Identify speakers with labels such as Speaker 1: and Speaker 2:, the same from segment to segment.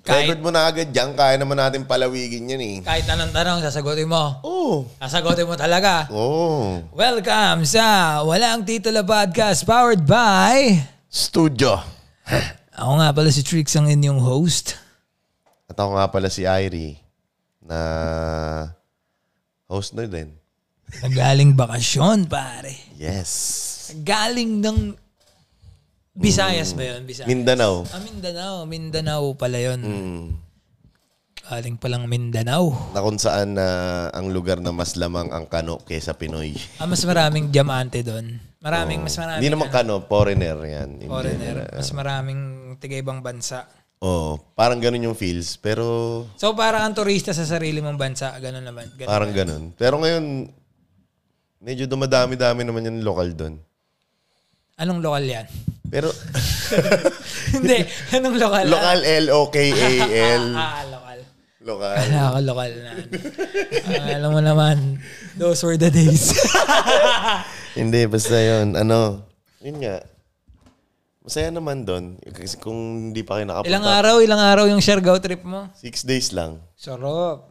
Speaker 1: Kahit,
Speaker 2: Record mo na agad dyan, kaya naman natin palawigin yan eh.
Speaker 1: kahit anong tanong, sasagutin mo.
Speaker 2: Oo.
Speaker 1: Sasagutin mo talaga.
Speaker 2: Oh.
Speaker 1: Welcome sa Walang Titulo Podcast powered by...
Speaker 2: Studio.
Speaker 1: Ako nga pala si Trix ang inyong host.
Speaker 2: At ako nga pala si Irie na host na din.
Speaker 1: Nagaling bakasyon, pare.
Speaker 2: Yes.
Speaker 1: Galing ng... Visayas ba yun? Visayas.
Speaker 2: Mindanao.
Speaker 1: ah, Mindanao. Mindanao pala yun.
Speaker 2: Mm.
Speaker 1: Galing palang Mindanao.
Speaker 2: Na kung saan na ang lugar na mas lamang ang kano kaysa Pinoy.
Speaker 1: Ah, mas maraming diamante doon. Maraming, mas maraming...
Speaker 2: Oh. Hindi naman kano, foreigner yan. In general.
Speaker 1: Foreigner. Mas maraming taga-ibang bansa.
Speaker 2: Oo. Oh, Parang ganun yung feels. Pero
Speaker 1: So, para kang turista sa sarili mong bansa. Ganun naman. Ganun.
Speaker 2: parang ganun. Pero ngayon, medyo dumadami-dami naman yung lokal doon.
Speaker 1: Anong lokal yan?
Speaker 2: Pero
Speaker 1: Hindi. Anong lokal?
Speaker 2: lokal, L-O-K-A-L.
Speaker 1: Ah, lokal.
Speaker 2: Lokal.
Speaker 1: Wala ako lokal na. ano. Ah, alam mo naman, those were the days.
Speaker 2: Hindi, basta yun. Ano? Yun nga. Masaya naman doon. Kasi kung hindi pa kayo nakapunta.
Speaker 1: ilang ah? araw, ilang araw yung Siargao trip mo?
Speaker 2: Six days lang.
Speaker 1: Sarap.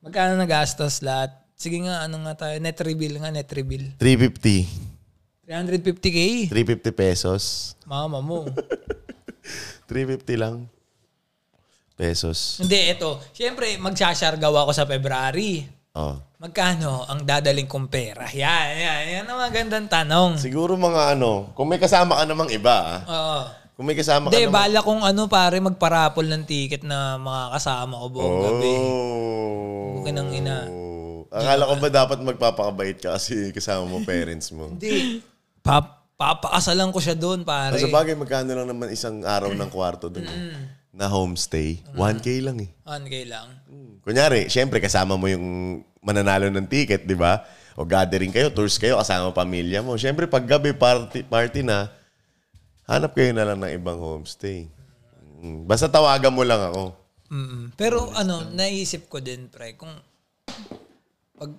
Speaker 1: Magkano nagastos lahat? Sige nga, ano nga tayo? Net reveal nga, net reveal.
Speaker 2: 350.
Speaker 1: 350k?
Speaker 2: 350 pesos.
Speaker 1: Mama mo.
Speaker 2: 350 lang. Pesos.
Speaker 1: Hindi, eto. Siyempre, magsasargaw ako sa February.
Speaker 2: Oh.
Speaker 1: Magkano ang dadaling kong pera? Yan, yan. Yan ang magandang tanong.
Speaker 2: Siguro mga ano, kung may kasama ka namang iba, ah.
Speaker 1: Oo.
Speaker 2: kung may kasama ka
Speaker 1: Hindi,
Speaker 2: namang...
Speaker 1: bala kong ano pare, magparapol ng ticket na makakasama ko buong gabi.
Speaker 2: Oh.
Speaker 1: Bukin ng ina.
Speaker 2: Akala ko ba dapat magpapakabait ka kasi kasama mo parents mo?
Speaker 1: Hindi. Pa papakasalan ko siya doon pare.
Speaker 2: Sa bagay, magkano lang naman isang araw ng kwarto doon. Na homestay. 1K lang eh.
Speaker 1: Ano kayo lang.
Speaker 2: Kunyari, syempre kasama mo yung mananalo ng ticket, di ba? O gathering kayo, tours kayo, kasama pamilya mo. Syempre, pag gabi party, party na, hanap kayo na lang ng ibang homestay. Mm, Basta tawagan mo lang ako.
Speaker 1: Mm-mm. Pero ano, naisip ko din pre, kung pag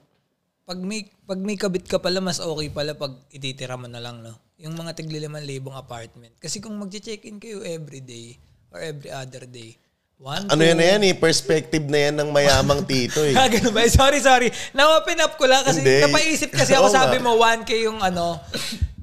Speaker 1: pag may pag may kabit ka pala mas okay pala pag ititira mo na lang no. Yung mga tigli 5,000 apartment. Kasi kung magche-check-in kayo every day or every other day, one
Speaker 2: Ano yan na yan eh, perspective na yan ng mayamang tito eh.
Speaker 1: Ah, ganun ba? Sorry, sorry. Na-open up ko lang kasi
Speaker 2: Hindi.
Speaker 1: napaisip kasi ako
Speaker 2: Oo nga.
Speaker 1: sabi mo 1K yung ano,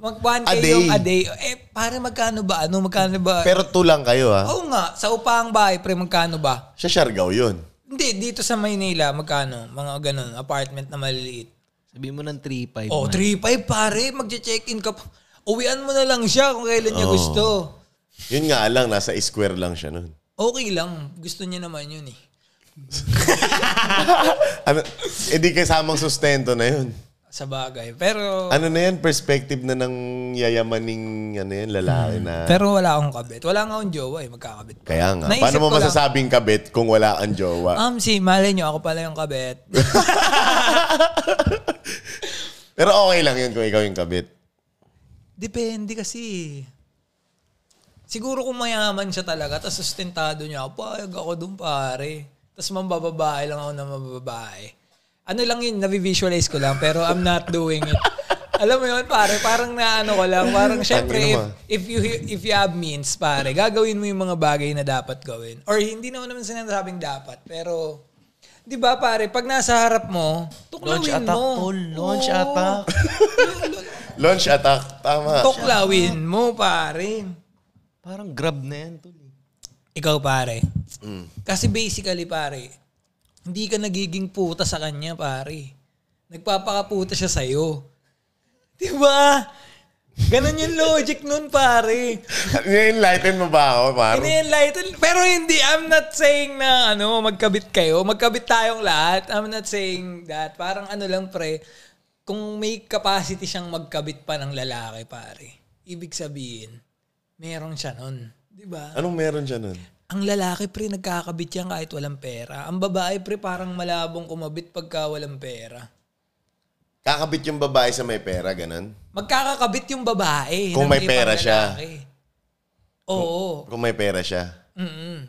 Speaker 1: mag 1K
Speaker 2: A day.
Speaker 1: yung a day. Eh, pare magkano ba? Ano, magkano ba?
Speaker 2: Pero two lang kayo ha.
Speaker 1: Oo nga, sa upang bahay, pre, magkano ba?
Speaker 2: Siya Siargao yun.
Speaker 1: Hindi, dito sa Maynila, magkano? Mga ganun, apartment na maliliit.
Speaker 3: Sabi mo ng 3-5.
Speaker 1: Oh, 3-5 pare, magche-check-in ka pa. Uwian mo na lang siya kung kailan niya gusto.
Speaker 2: Yun nga lang, nasa square lang siya nun.
Speaker 1: Okay lang, gusto niya naman yun eh.
Speaker 2: Ano, eh di kasamang sustento na yun.
Speaker 1: Sa bagay. Pero,
Speaker 2: Ano na yan, perspective na ng yayamaning ano yan, lalaki na...
Speaker 1: pero wala akong kabit. Wala nga akong jowa eh, magkakabit.
Speaker 2: Kaya nga.
Speaker 1: Naisip
Speaker 2: Paano mo
Speaker 1: ko lang.
Speaker 2: masasabing kabit kung wala kang jowa?
Speaker 1: Um, si, malay nyo, ako pala yung kabit.
Speaker 2: Pero okay lang yun kung ikaw yung kabit.
Speaker 1: Depende kasi. Siguro kung mayaman siya talaga, tapos sustentado niya ako, payag ako dun pare. Tapos mambababae lang ako na mababae. Ano lang yun, nabivisualize ko lang, pero I'm not doing it. Alam mo yun, pare, parang naano ko lang, parang syempre,
Speaker 2: Tangina mo.
Speaker 1: if, if you if you have means, pare, gagawin mo yung mga bagay na dapat gawin. Or hindi naman naman sinasabing dapat, pero, di ba pare, pag nasa harap mo, tuklawin
Speaker 3: Launch
Speaker 1: mo.
Speaker 3: attack, tol. Launch
Speaker 1: Oo.
Speaker 3: attack.
Speaker 2: Launch attack. Tama.
Speaker 1: Tuklawin mo, pare.
Speaker 3: Parang grab na yan, tol. eh.
Speaker 1: Ikaw, pare. Kasi basically, pare, hindi ka nagiging puta sa kanya, pare. Nagpapakaputa siya sa'yo. Di ba? Ganon yung logic nun, pare.
Speaker 2: Enlighten mo ba ako, Maro?
Speaker 1: Ini-enlighten. Pero hindi, I'm not saying na ano, magkabit kayo. Magkabit tayong lahat. I'm not saying that. Parang ano lang, pre. Kung may capacity siyang magkabit pa ng lalaki, pare. Ibig sabihin, meron siya nun. Diba? Di ba?
Speaker 2: Anong meron siya nun?
Speaker 1: Ang lalaki pre, nagkakabit yan kahit walang pera. Ang babae pre, parang malabong kumabit pagka walang pera.
Speaker 2: Kakabit yung babae sa may pera, ganun?
Speaker 1: Magkakakabit yung babae.
Speaker 2: Kung
Speaker 1: ng
Speaker 2: may
Speaker 1: ibang
Speaker 2: pera siya.
Speaker 1: lalaki. Oo.
Speaker 2: Kung may pera siya.
Speaker 1: Mm-mm.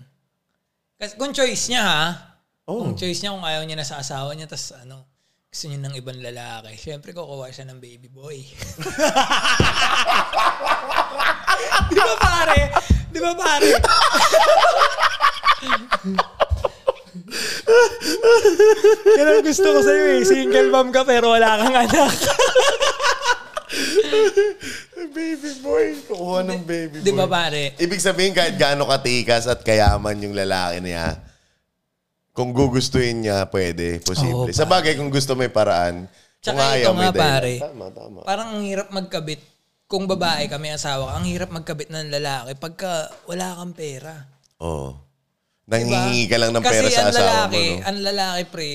Speaker 1: Kasi kung choice niya ha,
Speaker 2: Oh.
Speaker 1: kung choice niya, kung ayaw niya na sa asawa niya, tas ano, gusto niya ng ibang lalaki, syempre kukuha siya ng baby boy. Di ba pare? Di ba pare? Yan ang gusto ko sa'yo eh. Single mom ka pero wala kang anak.
Speaker 2: baby boy. Kukuha ng baby boy.
Speaker 1: Di ba pare?
Speaker 2: Ibig sabihin kahit gaano katikas at kayaman yung lalaki niya, kung gugustuhin niya, pwede. Posible.
Speaker 1: Oo,
Speaker 2: sa bagay, kung gusto may paraan, kung
Speaker 1: Tsaka ito
Speaker 2: ayaw, may
Speaker 1: nga
Speaker 2: dahilan.
Speaker 1: pare.
Speaker 2: Tama, tama.
Speaker 1: Parang ang hirap magkabit. Kung babae ka, may asawa ka, ang hirap magkabit ng lalaki pagka wala kang pera.
Speaker 2: Oo.
Speaker 1: Diba?
Speaker 2: Nanghihingi ka lang ng pera
Speaker 1: Kasi
Speaker 2: sa
Speaker 1: ang
Speaker 2: asawa mo,
Speaker 1: lalaki,
Speaker 2: no?
Speaker 1: ang lalaki pre,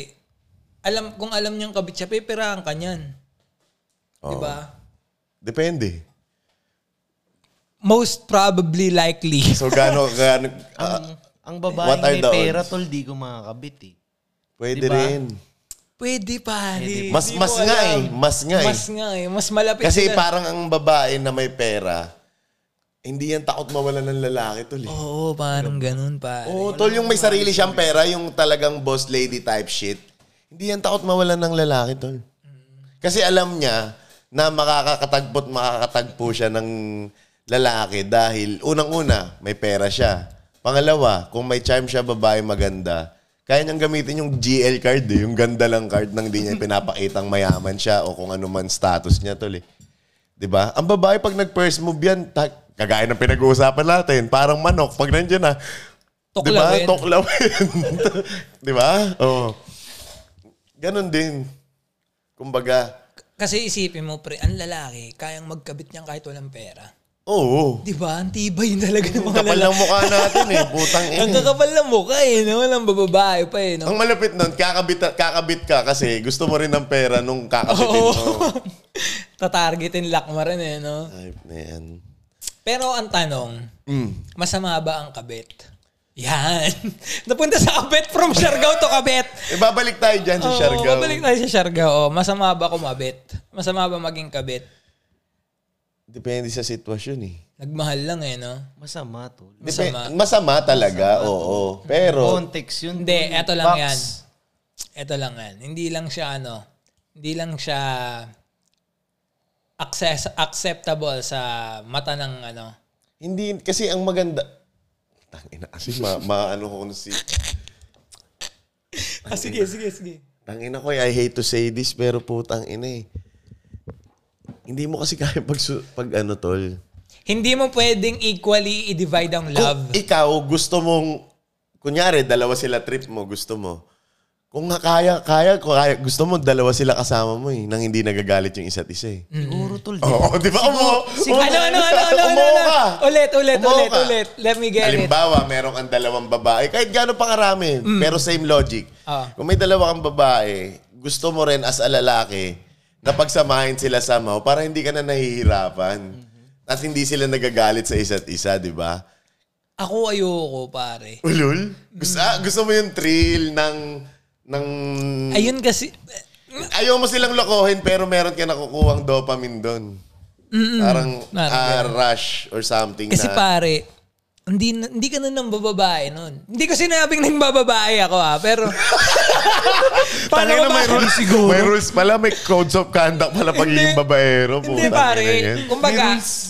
Speaker 1: alam, kung alam niyang kabit siya, peperahan ka niyan.
Speaker 2: Oh.
Speaker 1: Diba? Di ba?
Speaker 2: Depende.
Speaker 1: Most probably likely.
Speaker 2: So, gaano, gaano, ah,
Speaker 3: Ang, ang babae
Speaker 2: What are
Speaker 3: may
Speaker 2: the
Speaker 3: pera,
Speaker 2: odds?
Speaker 3: tol, di ko makakabit eh.
Speaker 2: pwede
Speaker 3: Diba?
Speaker 2: rin.
Speaker 1: Pwede pare.
Speaker 2: Mas,
Speaker 1: Di
Speaker 2: mas
Speaker 1: ko
Speaker 2: nga eh.
Speaker 1: alam.
Speaker 2: Mas nga eh.
Speaker 1: Mas nga eh. Mas malapit
Speaker 2: Kasi
Speaker 1: sila.
Speaker 2: parang ang babae na may pera, hindi yan takot mawala ng lalaki, tol. eh.
Speaker 1: Oo, parang ganun pare.
Speaker 2: Oo, tol, yung may sarili siyang pera, yung talagang boss lady type shit, hindi yan takot mawalan ng lalaki, tol. Kasi alam niya na makakatagpo't makakatagpo siya ng lalaki dahil unang-una, may pera siya. Pangalawa, kung may charm siya, babae maganda, kaya niyang gamitin yung GL card, eh, yung ganda lang card nang di niya pinapakitang mayaman siya o kung ano man status niya, tol. Eh. 'Di ba? Ang babae pag nag-first move 'yan, ta- kagaya ng pinag-uusapan natin, parang manok pag nandiyan na.
Speaker 1: Tuklawin.
Speaker 2: Diba? Tuklawin. 'Di ba? Oo. Ganon din. Kumbaga,
Speaker 1: Kasi isipin mo, pre, ang lalaki, kayang magkabit niyan kahit walang pera.
Speaker 2: oo.
Speaker 1: Di ba? Ang tibay talaga ng
Speaker 2: Ang
Speaker 1: mga
Speaker 2: kapal
Speaker 1: lalaki.
Speaker 2: ng mukha natin eh. Putang
Speaker 1: Ang
Speaker 2: ina.
Speaker 1: kakapal ng mukha eh, no? Walang bababae pa eh, no?
Speaker 2: Ang malapit nun, kakabit, kakabit ka kasi gusto mo rin ng pera nung kakabitin
Speaker 1: Oo.
Speaker 2: mo.
Speaker 1: Tatargetin lakma rin eh, no?
Speaker 2: Type na yan.
Speaker 1: Pero ang tanong,
Speaker 2: Mm.
Speaker 1: masama ba ang kabit? Yan. Napunta sa kabit from Siargao to kabit.
Speaker 2: Eh, babalik tayo dyan sa
Speaker 1: Oo,
Speaker 2: Siargao.
Speaker 1: Babalik tayo sa Siargao. Oh, masama ba kumabit? Masama ba maging kabit?
Speaker 2: Depende sa sitwasyon eh.
Speaker 1: Nagmahal lang eh, no?
Speaker 3: Masama, tol.
Speaker 2: Depe-
Speaker 1: Masama.
Speaker 2: masama. talaga, oo. Pero,
Speaker 3: Context yun.
Speaker 1: Hindi,
Speaker 3: tol.
Speaker 1: eto lang
Speaker 3: Facts.
Speaker 1: yan. Eto lang yan. Hindi lang siya ano, hindi lang siya access, acceptable sa mata ng ano.
Speaker 2: Hindi, kasi ang maganda... Tangina kasi, ma, maano ko kung si...
Speaker 1: Ah, sige,
Speaker 2: Diba?
Speaker 1: sige, sige.
Speaker 2: Tangina ko, eh, I hate to say this, pero putang ina eh. Hindi mo kasi kaya pag, su- pag ano, tol.
Speaker 1: Hindi mo pwedeng equally i-divide ang
Speaker 2: Kung
Speaker 1: love.
Speaker 2: ikaw, gusto mong... Kunyari, dalawa sila trip mo, gusto mo. Kung nga kaya, kaya, kung kaya, gusto mo, dagalit sila kasama mo eh, nang hindi nagagalit yung isa't isa eh.
Speaker 3: Siguro, tol. di-
Speaker 2: Oo, di ba? Umo, umo,
Speaker 1: Mm-hmm. ano, ano, ano, ano, ano,
Speaker 2: umuo
Speaker 1: ano?
Speaker 2: ka.
Speaker 1: Ulit, ulit,
Speaker 2: Umuo
Speaker 1: ulit,
Speaker 2: ka.
Speaker 1: ulit. Let me get it. Mm.
Speaker 2: Halimbawa, meron kang dalawang babae, kahit gaano pa karami, pero same logic.
Speaker 1: Ah.
Speaker 2: Kung may dalawa kang babae, gusto mo rin as a lalaki na pagsamahin sila somehow para hindi ka na nahihirapan.
Speaker 1: Mm-hmm.
Speaker 2: At hindi sila nagagalit sa isa't isa, di ba?
Speaker 1: Ako ayoko, pare.
Speaker 2: Ulul? Gusto, ah, gusto mo yung thrill ng... ng Hmm.
Speaker 1: Ayun kasi,
Speaker 2: ayaw mo silang lokohin pero meron ka nakukuhang dopamine doon. Parang
Speaker 1: Parang
Speaker 2: ah, rush or something
Speaker 1: kasi
Speaker 2: na...
Speaker 1: pare, hindi, na- hindi ka na nang bababae nun. Hindi ko sinabing nang bababae ako ha, pero... Paano
Speaker 2: Tangina,
Speaker 1: ba-
Speaker 2: may rules, may rules pala, may codes of conduct pala pagiging babaero.
Speaker 1: Hindi
Speaker 2: putang
Speaker 1: pare,
Speaker 2: ina yan.
Speaker 1: kumbaga,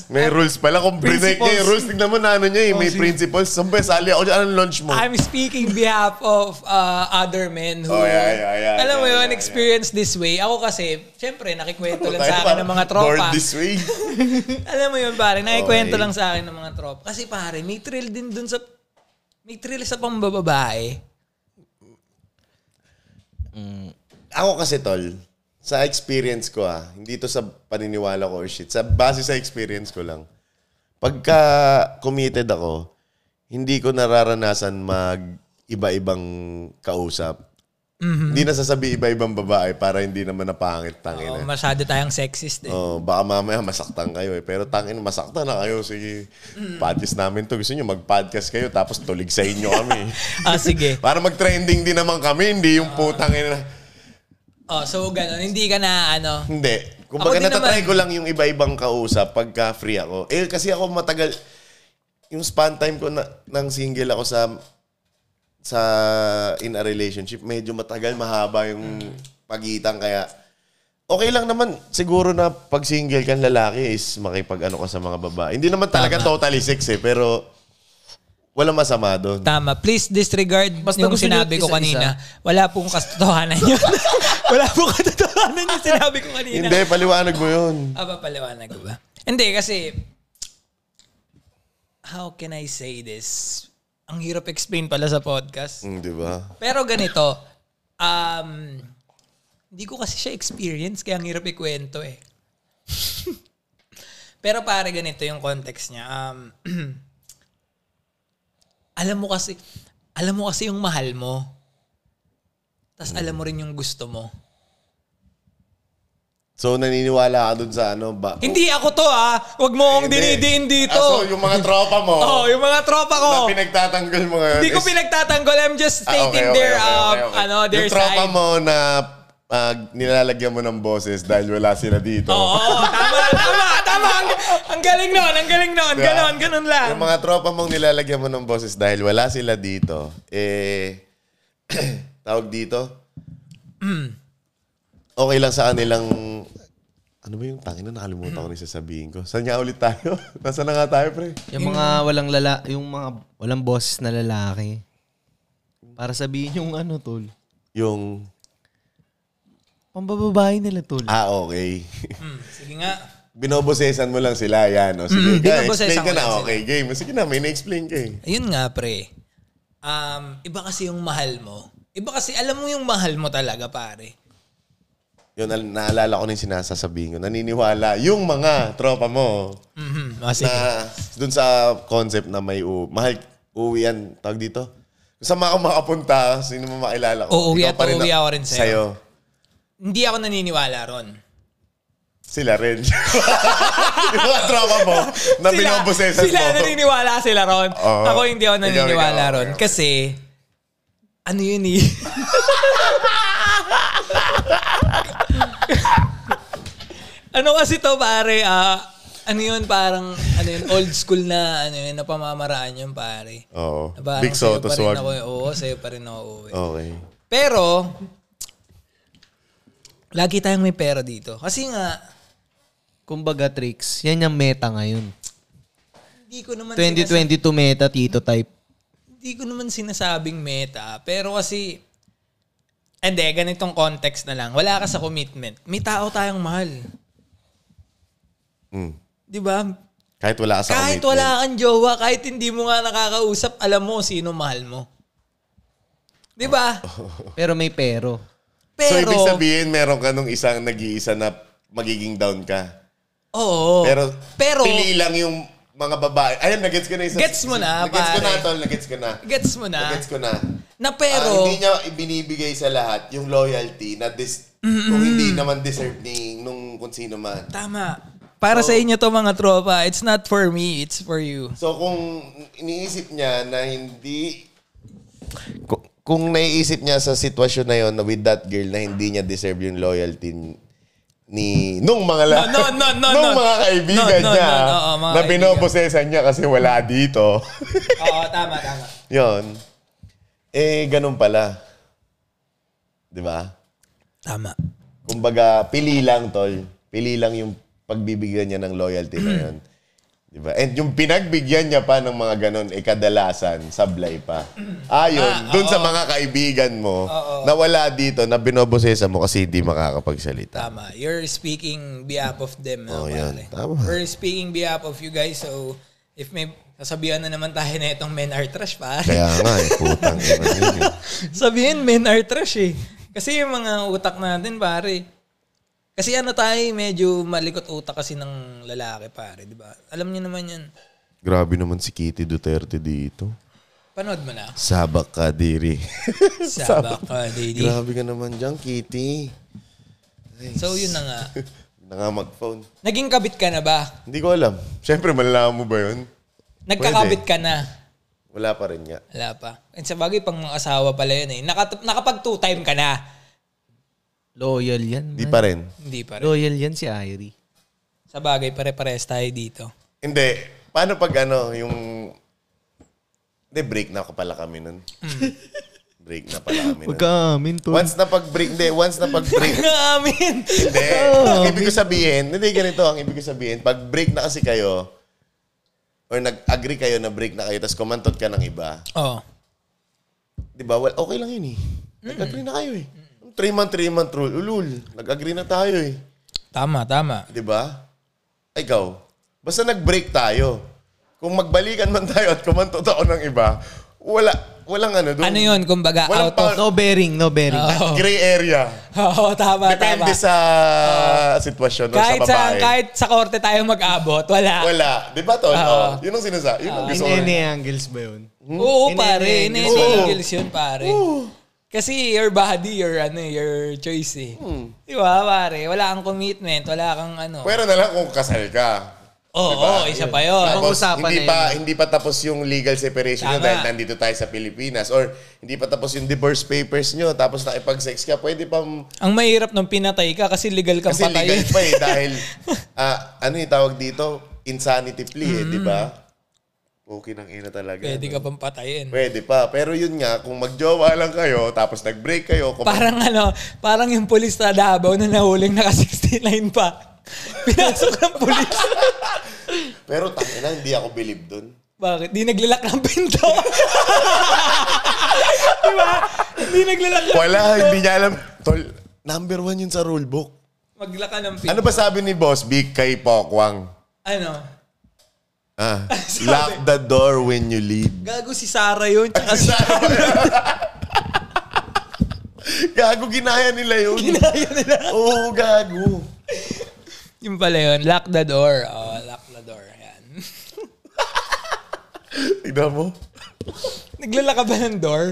Speaker 2: May rules pala. Kung break niya yung rules, tignan mo na ano niya eh. May principles. Sampai, sali ako dyan. Anong lunch mo?
Speaker 1: I'm speaking behalf of uh, other men who,
Speaker 2: Oh, yeah, yeah, yeah,
Speaker 1: alam mo
Speaker 2: yeah,
Speaker 1: yun,
Speaker 2: yeah,
Speaker 1: experience this way. Ako kasi, syempre, nakikwento lang
Speaker 2: Tayo
Speaker 1: sa akin
Speaker 2: parang
Speaker 1: ng mga
Speaker 2: Born
Speaker 1: tropa.
Speaker 2: this way.
Speaker 1: alam mo yun, pare, nakikwento
Speaker 2: Okay.
Speaker 1: lang sa akin ng mga tropa. Kasi pare, may thrill din dun sa, may thrill sa pambababae.
Speaker 3: Mm,
Speaker 2: ako kasi, tol, sa experience ko ah, hindi to sa paniniwala ko or shit. Sa base sa experience ko lang. Pagka committed ako, hindi ko nararanasan mag iba-ibang kausap. Hindi na sasabi iba-ibang babae para hindi naman napangit tangin.
Speaker 1: Oh, masyado tayong sexist eh.
Speaker 2: Oh, baka mamaya masaktan kayo eh. Pero tangin, masaktan na kayo. Sige, podcast namin to. Gusto nyo mag-podcast kayo tapos tulig sa inyo kami.
Speaker 1: Ah, sige.
Speaker 2: Para mag-trending din naman kami, hindi yung putang ina.
Speaker 1: Oh, so ganun, hindi ka na ano.
Speaker 2: Hindi. Kung baga
Speaker 1: Ako din
Speaker 2: natatry
Speaker 1: naman.
Speaker 2: ko lang yung iba-ibang kausap pagka free ako. Eh, kasi ako matagal, yung span time ko na, nang single ako sa sa in a relationship, medyo matagal, mahaba yung pagitan. Kaya, okay lang naman. Siguro na pag single kang lalaki is makipag ano ka sa mga babae. Hindi naman talaga totally sex eh, pero Walang masama doon.
Speaker 1: Tama. Please disregard
Speaker 4: Basta
Speaker 1: yung
Speaker 4: gusto niyo
Speaker 1: sinabi ko
Speaker 4: isa-isa.
Speaker 1: kanina. Wala pong katotohanan yun. Wala pong katotohanan yung sinabi ko kanina.
Speaker 2: Hindi, paliwanag mo yun.
Speaker 1: Aba, paliwanag ko ba? Hindi, kasi... How can I say this? Ang hirap explain pala sa podcast.
Speaker 2: Mm, di ba?
Speaker 1: Pero ganito, um, hindi ko kasi siya experience, kaya ang hirap ikwento eh. Pero pare, ganito yung context niya. Um, alam mo kasi, alam mo kasi yung mahal mo. Tapos alam mo rin yung gusto mo.
Speaker 2: So, naniniwala ka doon sa ano ba?
Speaker 1: Hindi ako to ah. Huwag mo akong
Speaker 2: Hindi.
Speaker 1: dinidiin dito.
Speaker 2: Ah, so, yung mga tropa mo
Speaker 1: oh, yung mga tropa ko.
Speaker 2: na pinagtatanggol mo ngayon.
Speaker 1: Hindi ko
Speaker 2: is-
Speaker 1: pinagtatanggol. I'm just
Speaker 2: Ah, okay,
Speaker 1: stating
Speaker 2: okay,
Speaker 1: their,
Speaker 2: okay, okay,
Speaker 1: um,
Speaker 2: okay.
Speaker 1: ano, their
Speaker 2: Yung tropa
Speaker 1: side.
Speaker 2: mo na ah, nilalagyan mo ng boses dahil wala sila dito.
Speaker 1: Oo, oo, tama, tama, tama. Ang, ang galing nun, ang galing nun.
Speaker 2: Diba?
Speaker 1: Ganon, ganon lang.
Speaker 2: Yung mga tropa mong nilalagyan mo ng boses dahil wala sila dito, eh, tawag dito,
Speaker 1: Mm.
Speaker 2: okay lang sa kanilang, ano ba yung tangin na nakalimutan ko na yung sasabihin ko? Saan nga ulit tayo? Nasaan na nga tayo, pre?
Speaker 3: Yung mga walang lala, yung mga walang boses na lalaki. Para sabihin yung ano, tol.
Speaker 2: Yung,
Speaker 3: Pambababae nila, tol.
Speaker 2: ah, okay.
Speaker 1: Hmm, sige nga.
Speaker 2: Binobosesan mo lang sila, yan. O, sige, ka,
Speaker 1: Mm, Binobosesan
Speaker 2: explain
Speaker 1: ko
Speaker 2: ka
Speaker 1: lang
Speaker 2: na.
Speaker 1: sila.
Speaker 2: Okay, game. Sige na, may na-explain ka eh.
Speaker 1: Ayun nga, pre. Um, iba kasi yung mahal mo. Iba kasi, alam mo yung mahal mo talaga, pare.
Speaker 2: Yun, al- naalala ko na yung sinasasabihin ko. Naniniwala yung mga tropa mo
Speaker 1: Mhm. Ah, sige.
Speaker 2: na dun sa concept na may u- mahal, uuwi yan, tawag dito. Kung saan ako makapunta, sino mo makilala ko.
Speaker 1: Uuwi
Speaker 2: ikaw
Speaker 1: at
Speaker 2: pa rin
Speaker 1: uuwi
Speaker 2: na-
Speaker 1: ako rin sa'yo.
Speaker 2: Sa'yo.
Speaker 1: Hindi ako naniniwala ron.
Speaker 2: Sila rin. yung mga tropa mo na
Speaker 1: Sila-
Speaker 2: binobosesan mo.
Speaker 1: Sila naniniwala sila ron.
Speaker 2: Oo.
Speaker 1: Ako hindi ako
Speaker 2: Ikaw,
Speaker 1: naniniwala
Speaker 2: ikaw,
Speaker 1: ron.
Speaker 2: okay, okay.
Speaker 1: Kasi, ano yun eh. ano kasi to pare, ah, ano yun parang, ano yun, old school na, ano yun, na pamamaraan yun pare.
Speaker 2: Oo.
Speaker 1: Na parang
Speaker 2: Big
Speaker 1: sa'yo
Speaker 2: Soto
Speaker 1: pa rin
Speaker 2: swag.
Speaker 1: ako, eh. oo, sa'yo pa rin ako uuwi.
Speaker 2: Okay.
Speaker 1: Pero, lagi tayong may pera dito. Kasi nga,
Speaker 3: Kumbaga tricks. Yan yung meta ngayon.
Speaker 1: hindi ko naman sinasa-
Speaker 3: 2022 meta, tito type.
Speaker 1: Hindi ko naman sinasabing meta, pero kasi, hindi, ganitong context na lang. Wala ka sa commitment. May tao tayong mahal.
Speaker 2: Mm.
Speaker 1: Di ba?
Speaker 2: Kahit wala ka sa
Speaker 1: Kahit
Speaker 2: commitment.
Speaker 1: wala kang jowa, kahit hindi mo nga nakakausap, alam mo sino mahal mo. Di ba?
Speaker 3: Pero may pero.
Speaker 2: Oh, so,
Speaker 1: Pero,
Speaker 2: ibig sabihin, meron ka nung isang nag-iisa na magiging down ka.
Speaker 1: oo.
Speaker 2: Pero,
Speaker 1: Oh, pero,
Speaker 2: pili lang yung mga babae. Ayun, nagets ko na isa.
Speaker 1: Gets mo na,
Speaker 2: Nagets ko na,
Speaker 1: pare.
Speaker 2: tol. Nagets ko na.
Speaker 1: gets mo na,
Speaker 2: Nagets ko na.
Speaker 1: na pero,
Speaker 2: Ah, hindi niya ibinibigay sa lahat yung loyalty na dis- kung hindi naman deserve ni nung kung sino man.
Speaker 1: tama.
Speaker 2: Oh.
Speaker 1: Para sa inyo to mga tropa, it's not for me, it's for you.
Speaker 2: So kung iniisip niya na hindi kung, kung naiisip niya sa sitwasyon na yon na with that girl na hindi niya deserve yung loyalty ni- ni nung mga la-
Speaker 1: No, no, no, no,
Speaker 2: nung
Speaker 1: no.
Speaker 2: mga kaibigan
Speaker 1: No, no,
Speaker 2: niya
Speaker 1: no, no, oo, mga
Speaker 2: na
Speaker 1: kaibigan.
Speaker 2: binobosesan niya kasi wala dito.
Speaker 1: Oo, tama, tama.
Speaker 2: yon. Eh ganun pala. 'Di ba?
Speaker 1: Tama.
Speaker 2: kumbaga, pili lang, tol. Pili lang yung pagbibigyan niya ng loyalty na yun. Di ba? And yung pinagbigyan niya pa ng mga ganun, eh kadalasan, sablay pa. Ayon, dun sa mga kaibigan mo, na wala dito, na binobosesa mo kasi hindi makakapagsalita.
Speaker 1: Tama. You're speaking behalf of them.
Speaker 2: Oh,
Speaker 1: Oh,
Speaker 2: yan. Tama.
Speaker 1: We're speaking behalf of you guys. So, if may sasabihan na naman tayo na itong men are trash, pare.
Speaker 2: Kaya nga, eh, putang ina yun. eh.
Speaker 1: Sabihin, men are trash eh. Kasi yung mga utak natin, pare. Kasi ano tayo, medyo malikot utak kasi ng lalaki, pare. di ba? Alam niyo naman yan.
Speaker 2: Grabe naman si Kitty Duterte dito.
Speaker 1: Panood mo na.
Speaker 2: Sabak ka, diri.
Speaker 1: Sabak ka, lady.
Speaker 2: Grabe ka naman dyan, Kitty.
Speaker 1: So, yun na nga.
Speaker 2: Huwag Na nga mag-phone.
Speaker 1: Naging kabit ka na ba?
Speaker 2: Hindi ko alam. Siyempre, malalaman mo ba yun?
Speaker 1: Nagkakabit ka na.
Speaker 2: Wala pa rin nga.
Speaker 1: Wala pa. At sa bagay, pang mga asawa pala yun eh. Naka, nakapag two time ka na.
Speaker 3: Loyal yan.
Speaker 2: Hindi
Speaker 3: man.
Speaker 2: pa rin.
Speaker 1: Hindi pa rin.
Speaker 3: Loyal yan si Irie.
Speaker 1: Sa bagay, pare-pares tayo dito.
Speaker 2: Hindi. Paano pag ano, yung... Hindi, break na pala kami nun. break na pala kami nun.
Speaker 3: Pagkaamin, tol.
Speaker 2: Once na pag-break, hindi. Once na pag-break,
Speaker 1: Amin!
Speaker 2: hindi. Ang ibig ko sabihin, hindi ganito ang ibig ko sabihin. Pag break na kasi kayo, or nag-agree kayo na break na kayo tapos kumantot ka ng iba,
Speaker 1: Oo.
Speaker 2: di ba, well, okay lang yun eh. Nag-agree na kayo eh. Three month, three month rule. Ulul, nag-agree na tayo eh.
Speaker 1: Tama, tama.
Speaker 2: Di ba? Ikaw, basta nag-break tayo. Kung magbalikan man tayo at kumantot ako ng iba, wala, walang ano doon.
Speaker 1: Ano yun, kumbaga,
Speaker 2: Walang
Speaker 1: out of...
Speaker 2: pa-
Speaker 3: Oh, No bearing, no bearing.
Speaker 1: Oo.
Speaker 2: Gray area.
Speaker 1: Oo, tama,
Speaker 2: Depende
Speaker 1: Ah, tama. Ah.
Speaker 2: sa sitwasyon o sa
Speaker 1: kahit, sa,
Speaker 2: babae.
Speaker 1: kahit Ah. sa korte tayo mag-abot, wala.
Speaker 2: Wala. Di ba, Tol?
Speaker 1: Oo.
Speaker 2: Oh, yun ang sinasa. Yun
Speaker 1: Ah.
Speaker 2: ang gusto ko.
Speaker 3: In any angles ba yun?
Speaker 2: Hmm?
Speaker 1: Oo,
Speaker 3: Hindi,
Speaker 1: pare.
Speaker 3: hindi,
Speaker 1: Hindi,
Speaker 3: hindi.
Speaker 2: Oo.
Speaker 1: skills yun, pare. Kasi your body, your, ano, your choice eh.
Speaker 2: Hmm.
Speaker 1: Di ba, pare? Wala kang commitment, wala kang ano.
Speaker 2: Pwera na lang kung kasal ka.
Speaker 1: Oo,
Speaker 2: Diba?
Speaker 1: oo, isa pa Ah, yun.
Speaker 3: Tapos-
Speaker 2: Tapos,
Speaker 3: Pag-usapan
Speaker 2: hindi
Speaker 3: na
Speaker 2: pa, hindi pa tapos yung legal separation nyo
Speaker 1: Tama.
Speaker 2: dahil nandito tayo sa Pilipinas. Or hindi pa tapos yung divorce papers nyo, tapos nakipag-sex ka, pwede pang
Speaker 1: Ang mahirap nung pinatay ka kasi legal kang
Speaker 2: Kasi legal
Speaker 1: patayin.
Speaker 2: pa eh dahil ah, ano yung tawag dito? Insanity plea eh, di ba? Okay ng ina talaga.
Speaker 1: Pwede
Speaker 2: no?
Speaker 1: ka pang patayin.
Speaker 2: Pwede pa. Pero yun nga, kung magjowa lang kayo, tapos nag-break kayo, kung
Speaker 1: Parang ano, parang yung pulis na Davao na nahuling naka-69 pa. Pinasok ng pulis.
Speaker 2: pero tangina, hindi ako believe dun.
Speaker 1: Bakit? Di naglalak ng pinto. Di ba? Di naglalak ng
Speaker 2: Wala, hindi niya alam. Tol, number one yun sa rulebook.
Speaker 1: Maglaka ng pinto.
Speaker 2: Ano ba sabi ni Boss Big kay Pokwang?
Speaker 1: Ano?
Speaker 2: Ah,
Speaker 1: Sabi-
Speaker 2: lock the door when you leave.
Speaker 1: Gago si Sarah yun. Tsaka si
Speaker 2: Gago, ginaya nila yun.
Speaker 1: Ginaya nila.
Speaker 2: Oo, gago.
Speaker 1: Yung pala yun. Lock the door. Oh, lock the door. Yan.
Speaker 2: Tignan mo.
Speaker 1: naglalak ka ba ng door?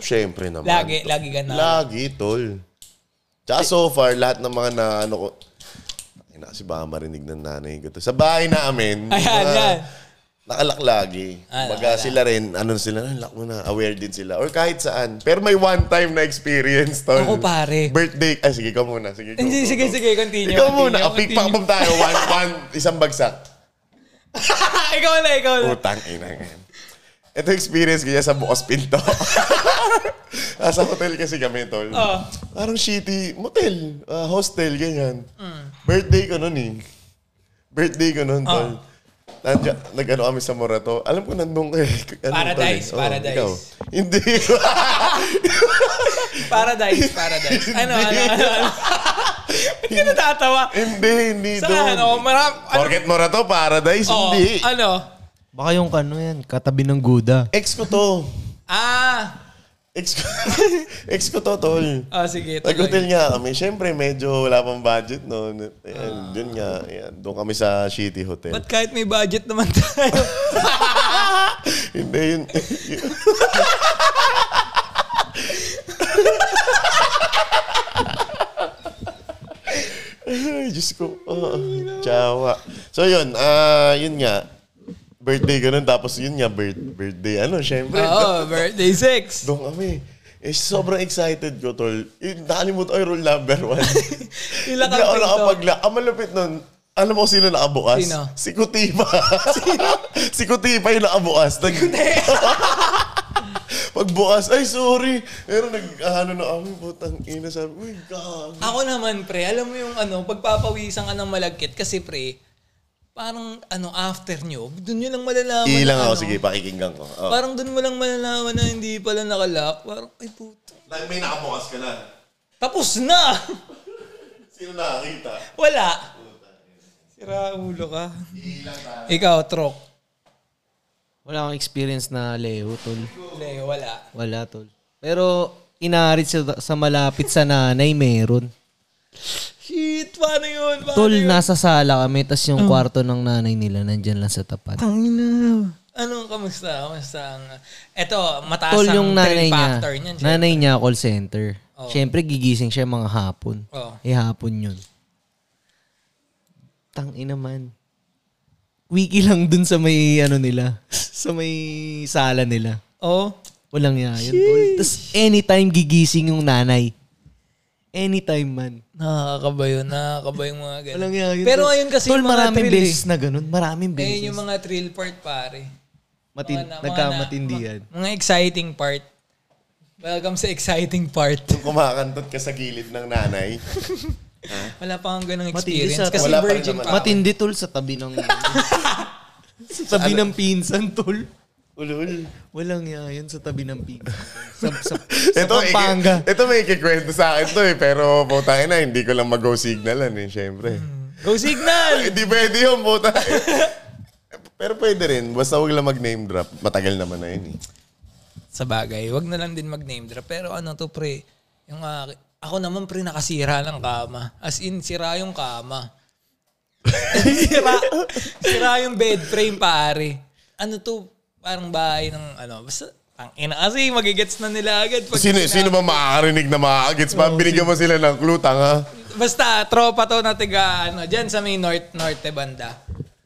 Speaker 2: Siyempre naman.
Speaker 1: Lagi, lagi ka na.
Speaker 2: Lagi, tol. Tsaka so far, lahat ng mga na ano ko... Ay, na, kasi baka marinig ng nanay ko to. Sa bahay namin,
Speaker 1: Ayan,
Speaker 2: mga
Speaker 1: yan.
Speaker 2: nakalak lagi.
Speaker 1: Ah,
Speaker 2: Baga
Speaker 1: nakalak.
Speaker 2: sila rin, ano sila, "Ah, lock mo na, aware din sila. Or kahit saan. Pero may one time na experience, tol.
Speaker 1: Ako, pare.
Speaker 2: Birthday. Ay, sige, ikaw muna. Sige, ikaw,
Speaker 1: Hindi,
Speaker 2: ikaw,
Speaker 1: sige,
Speaker 2: ikaw.
Speaker 1: sige, continue.
Speaker 2: Ikaw
Speaker 1: continue,
Speaker 2: muna. Kapik
Speaker 1: continue.
Speaker 2: pakpam tayo. One, one, isang bagsak.
Speaker 1: ikaw na, ikaw na.
Speaker 2: Utang ina ngayon. Ito experience ko niya sa bukas pinto. Nasa hotel kasi kami, tol.
Speaker 1: Oo.
Speaker 2: Parang shitty motel, ah, hostel, ganyan. Birthday ko nun eh. Birthday ko nun,
Speaker 1: Ah.
Speaker 2: tol. Nandiyan, nag-ano kami sa Morato. Alam ko nandun kay... Ano, tol, eh.
Speaker 1: Paradise,
Speaker 2: Oo,
Speaker 1: paradise.
Speaker 2: ikaw. Hindi.
Speaker 1: Paradise, paradise. Ano, ano, ano, ano. Ba't ka natatawa?
Speaker 2: hindi, hindi doon.
Speaker 1: Saan? Ano, marap, ano,
Speaker 2: Porket Morato, paradise,
Speaker 1: oh,
Speaker 2: hindi.
Speaker 1: ano?
Speaker 3: Baka yung kano yan, katabi ng Guda.
Speaker 2: Ex ko to.
Speaker 1: Ah,
Speaker 2: Ex ko, ex ko to, tol.
Speaker 1: oh, sige.
Speaker 2: Nag-hotel
Speaker 1: tuloy.
Speaker 2: nga kami. Siyempre, medyo wala pang budget noon. Ayan,
Speaker 1: Ah.
Speaker 2: dun nga. Ayan, doon kami sa shitty hotel.
Speaker 1: Ba't kahit may budget naman tayo?
Speaker 2: Hindi yun. Ay, Diyos ko. Oh, tsawa. So yun, ah, yun nga. Birthday ko nun. Tapos yun nga, birth, birthday. Ano, syempre.
Speaker 1: Oo, birthday sex.
Speaker 2: Doon kami. Eh, sobrang excited ko, tol. Eh, nakalimutan ko yung rule number one. Hindi
Speaker 1: Ilak ang
Speaker 2: ako
Speaker 1: pinto.
Speaker 2: nakapagla. Ang malupit nun, alam mo kung sino nakabukas?
Speaker 1: Sino?
Speaker 2: Si Kutipa. si Kutipa yung nakabukas. Nag- Pagbukas, ay sorry. Pero nag, ano na kami, putang ina. Sabi, uy, gag.
Speaker 1: Ako naman, pre, alam mo yung ano, pagpapawisan ka ng malagkit kasi, pre, parang ano, after nyo, dun yun ang malalaman. na,
Speaker 2: Ilang ako,
Speaker 1: ano,
Speaker 2: sige, pakikinggan ko. Oh.
Speaker 1: Parang dun mo lang malalaman na hindi pala nakalak. Parang, ay puto.
Speaker 2: May nakabukas ka na.
Speaker 1: Tapos na!
Speaker 2: Sino nakakita?
Speaker 1: Wala. Sira ulo ka. Ikaw, trok.
Speaker 3: Wala akong experience na Leo, tol.
Speaker 1: Leo, wala.
Speaker 3: Wala, tol. Pero inarit sa, sa malapit sa nanay, meron.
Speaker 1: Shit, paano yun? Paano
Speaker 3: Tol,
Speaker 1: yun?
Speaker 3: nasa sala kami, tas yung kwarto ng nanay nila nandyan lang sa tapat.
Speaker 1: Tangina. Anong Ano, kamusta? Kamusta ang... Eto, mataas
Speaker 3: Tol,
Speaker 1: ang
Speaker 3: yung
Speaker 1: thrill
Speaker 3: nanay niya,
Speaker 1: factor niyan. Jay.
Speaker 3: nanay niya call center. Siyempre, gigising siya mga hapon.
Speaker 1: Oo.
Speaker 3: Eh, hapon yun. Tang inaman. Wiki lang dun sa may, ano nila, sa may sala nila.
Speaker 1: Oh.
Speaker 3: Walang yan, yun, tol. Tapos anytime gigising yung nanay. Anytime man.
Speaker 1: Nakakaba yun. Nakakaba yung mga ganun.
Speaker 3: Walang yan, yun,
Speaker 1: Pero
Speaker 3: tol.
Speaker 1: ngayon kasi
Speaker 3: tol,
Speaker 1: yung mga
Speaker 3: maraming
Speaker 1: thrill,
Speaker 3: beses na ganun. Maraming
Speaker 1: eh. Ngayon
Speaker 3: beses.
Speaker 1: yung mga thrill part, pare. Mga na-
Speaker 3: Matin,
Speaker 1: mga
Speaker 3: nagkamatindihan.
Speaker 1: na- Mga exciting part. Welcome sa exciting part.
Speaker 2: Yung kumakantot ka sa gilid ng nanay.
Speaker 1: Wala pa akong ganung
Speaker 3: Matindi
Speaker 1: experience.
Speaker 3: sa-
Speaker 1: Kasi
Speaker 2: Wala pa rin
Speaker 1: virgin
Speaker 2: naman.
Speaker 1: pa. ako.
Speaker 3: Matindi tol sa tabi ng... Sa tabi
Speaker 1: Ano?
Speaker 3: ng pinsan, tol.
Speaker 2: Ulul.
Speaker 3: Walang ya yun sa tabi ng pinsan. Sa, sa, sa
Speaker 2: Ito, eh, iki-
Speaker 3: Pampanga.
Speaker 2: ito may ikikwento sa akin to eh. Pero putangin na, hindi ko lang mag-go signalan eh, syempre.
Speaker 1: Go signal!
Speaker 2: Hindi pwede yun, puta. Pero pwede rin. Basta huwag lang mag-name drop. Matagal naman na yun eh.
Speaker 1: Sa bagay, wag na lang din mag-name drop. Pero ano to, pre? Yung, ah, ako naman, pre, nakasira ng kama. As in, sira yung kama. sira, sira yung bed frame, pare. Ano to? Parang bahay ng ano. Basta, ang ina kasi, magigets na nila agad. Pag
Speaker 2: Sino, sino ba makakarinig na makakagets pa? Binigyan mo sila ng clue, tanga.
Speaker 1: Basta, tropa to na tiga, ano, dyan sa may north, norte banda.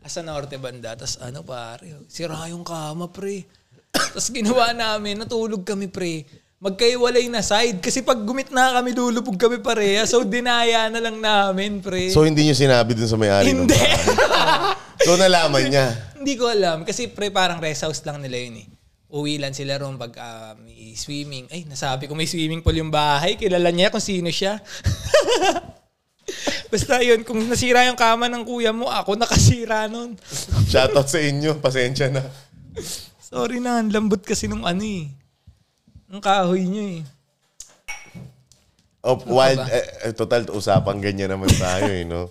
Speaker 1: Asa norte banda. Tapos ano pare, sira yung kama pre. Tapos ginawa namin, natulog kami pre. Magkaiwalay na side. Kasi pag gumitna kami, lulupog kami pareha. So, dinaya na lang namin, pre.
Speaker 2: So, hindi nyo sinabi dun sa may-ari nun?
Speaker 1: Hindi.
Speaker 2: So, nalaman niya.
Speaker 1: Hindi ko alam. Kasi pre, parang rest house lang nila yun eh. Uwi lang sila roon pag ah, may swimming. Ay, nasabi ko may swimming pool yung bahay. Kilala niya kung sino siya. Basta yun, kung nasira yung kama ng kuya mo, ako nakasira nun.
Speaker 2: Shoutout sa inyo. Pasensya na.
Speaker 1: Sorry na, ang lambot kasi nung ano eh. Ang kahoy niyo eh.
Speaker 2: Oh, wild, eh, eh, total, usapang ganyan naman tayo eh, no?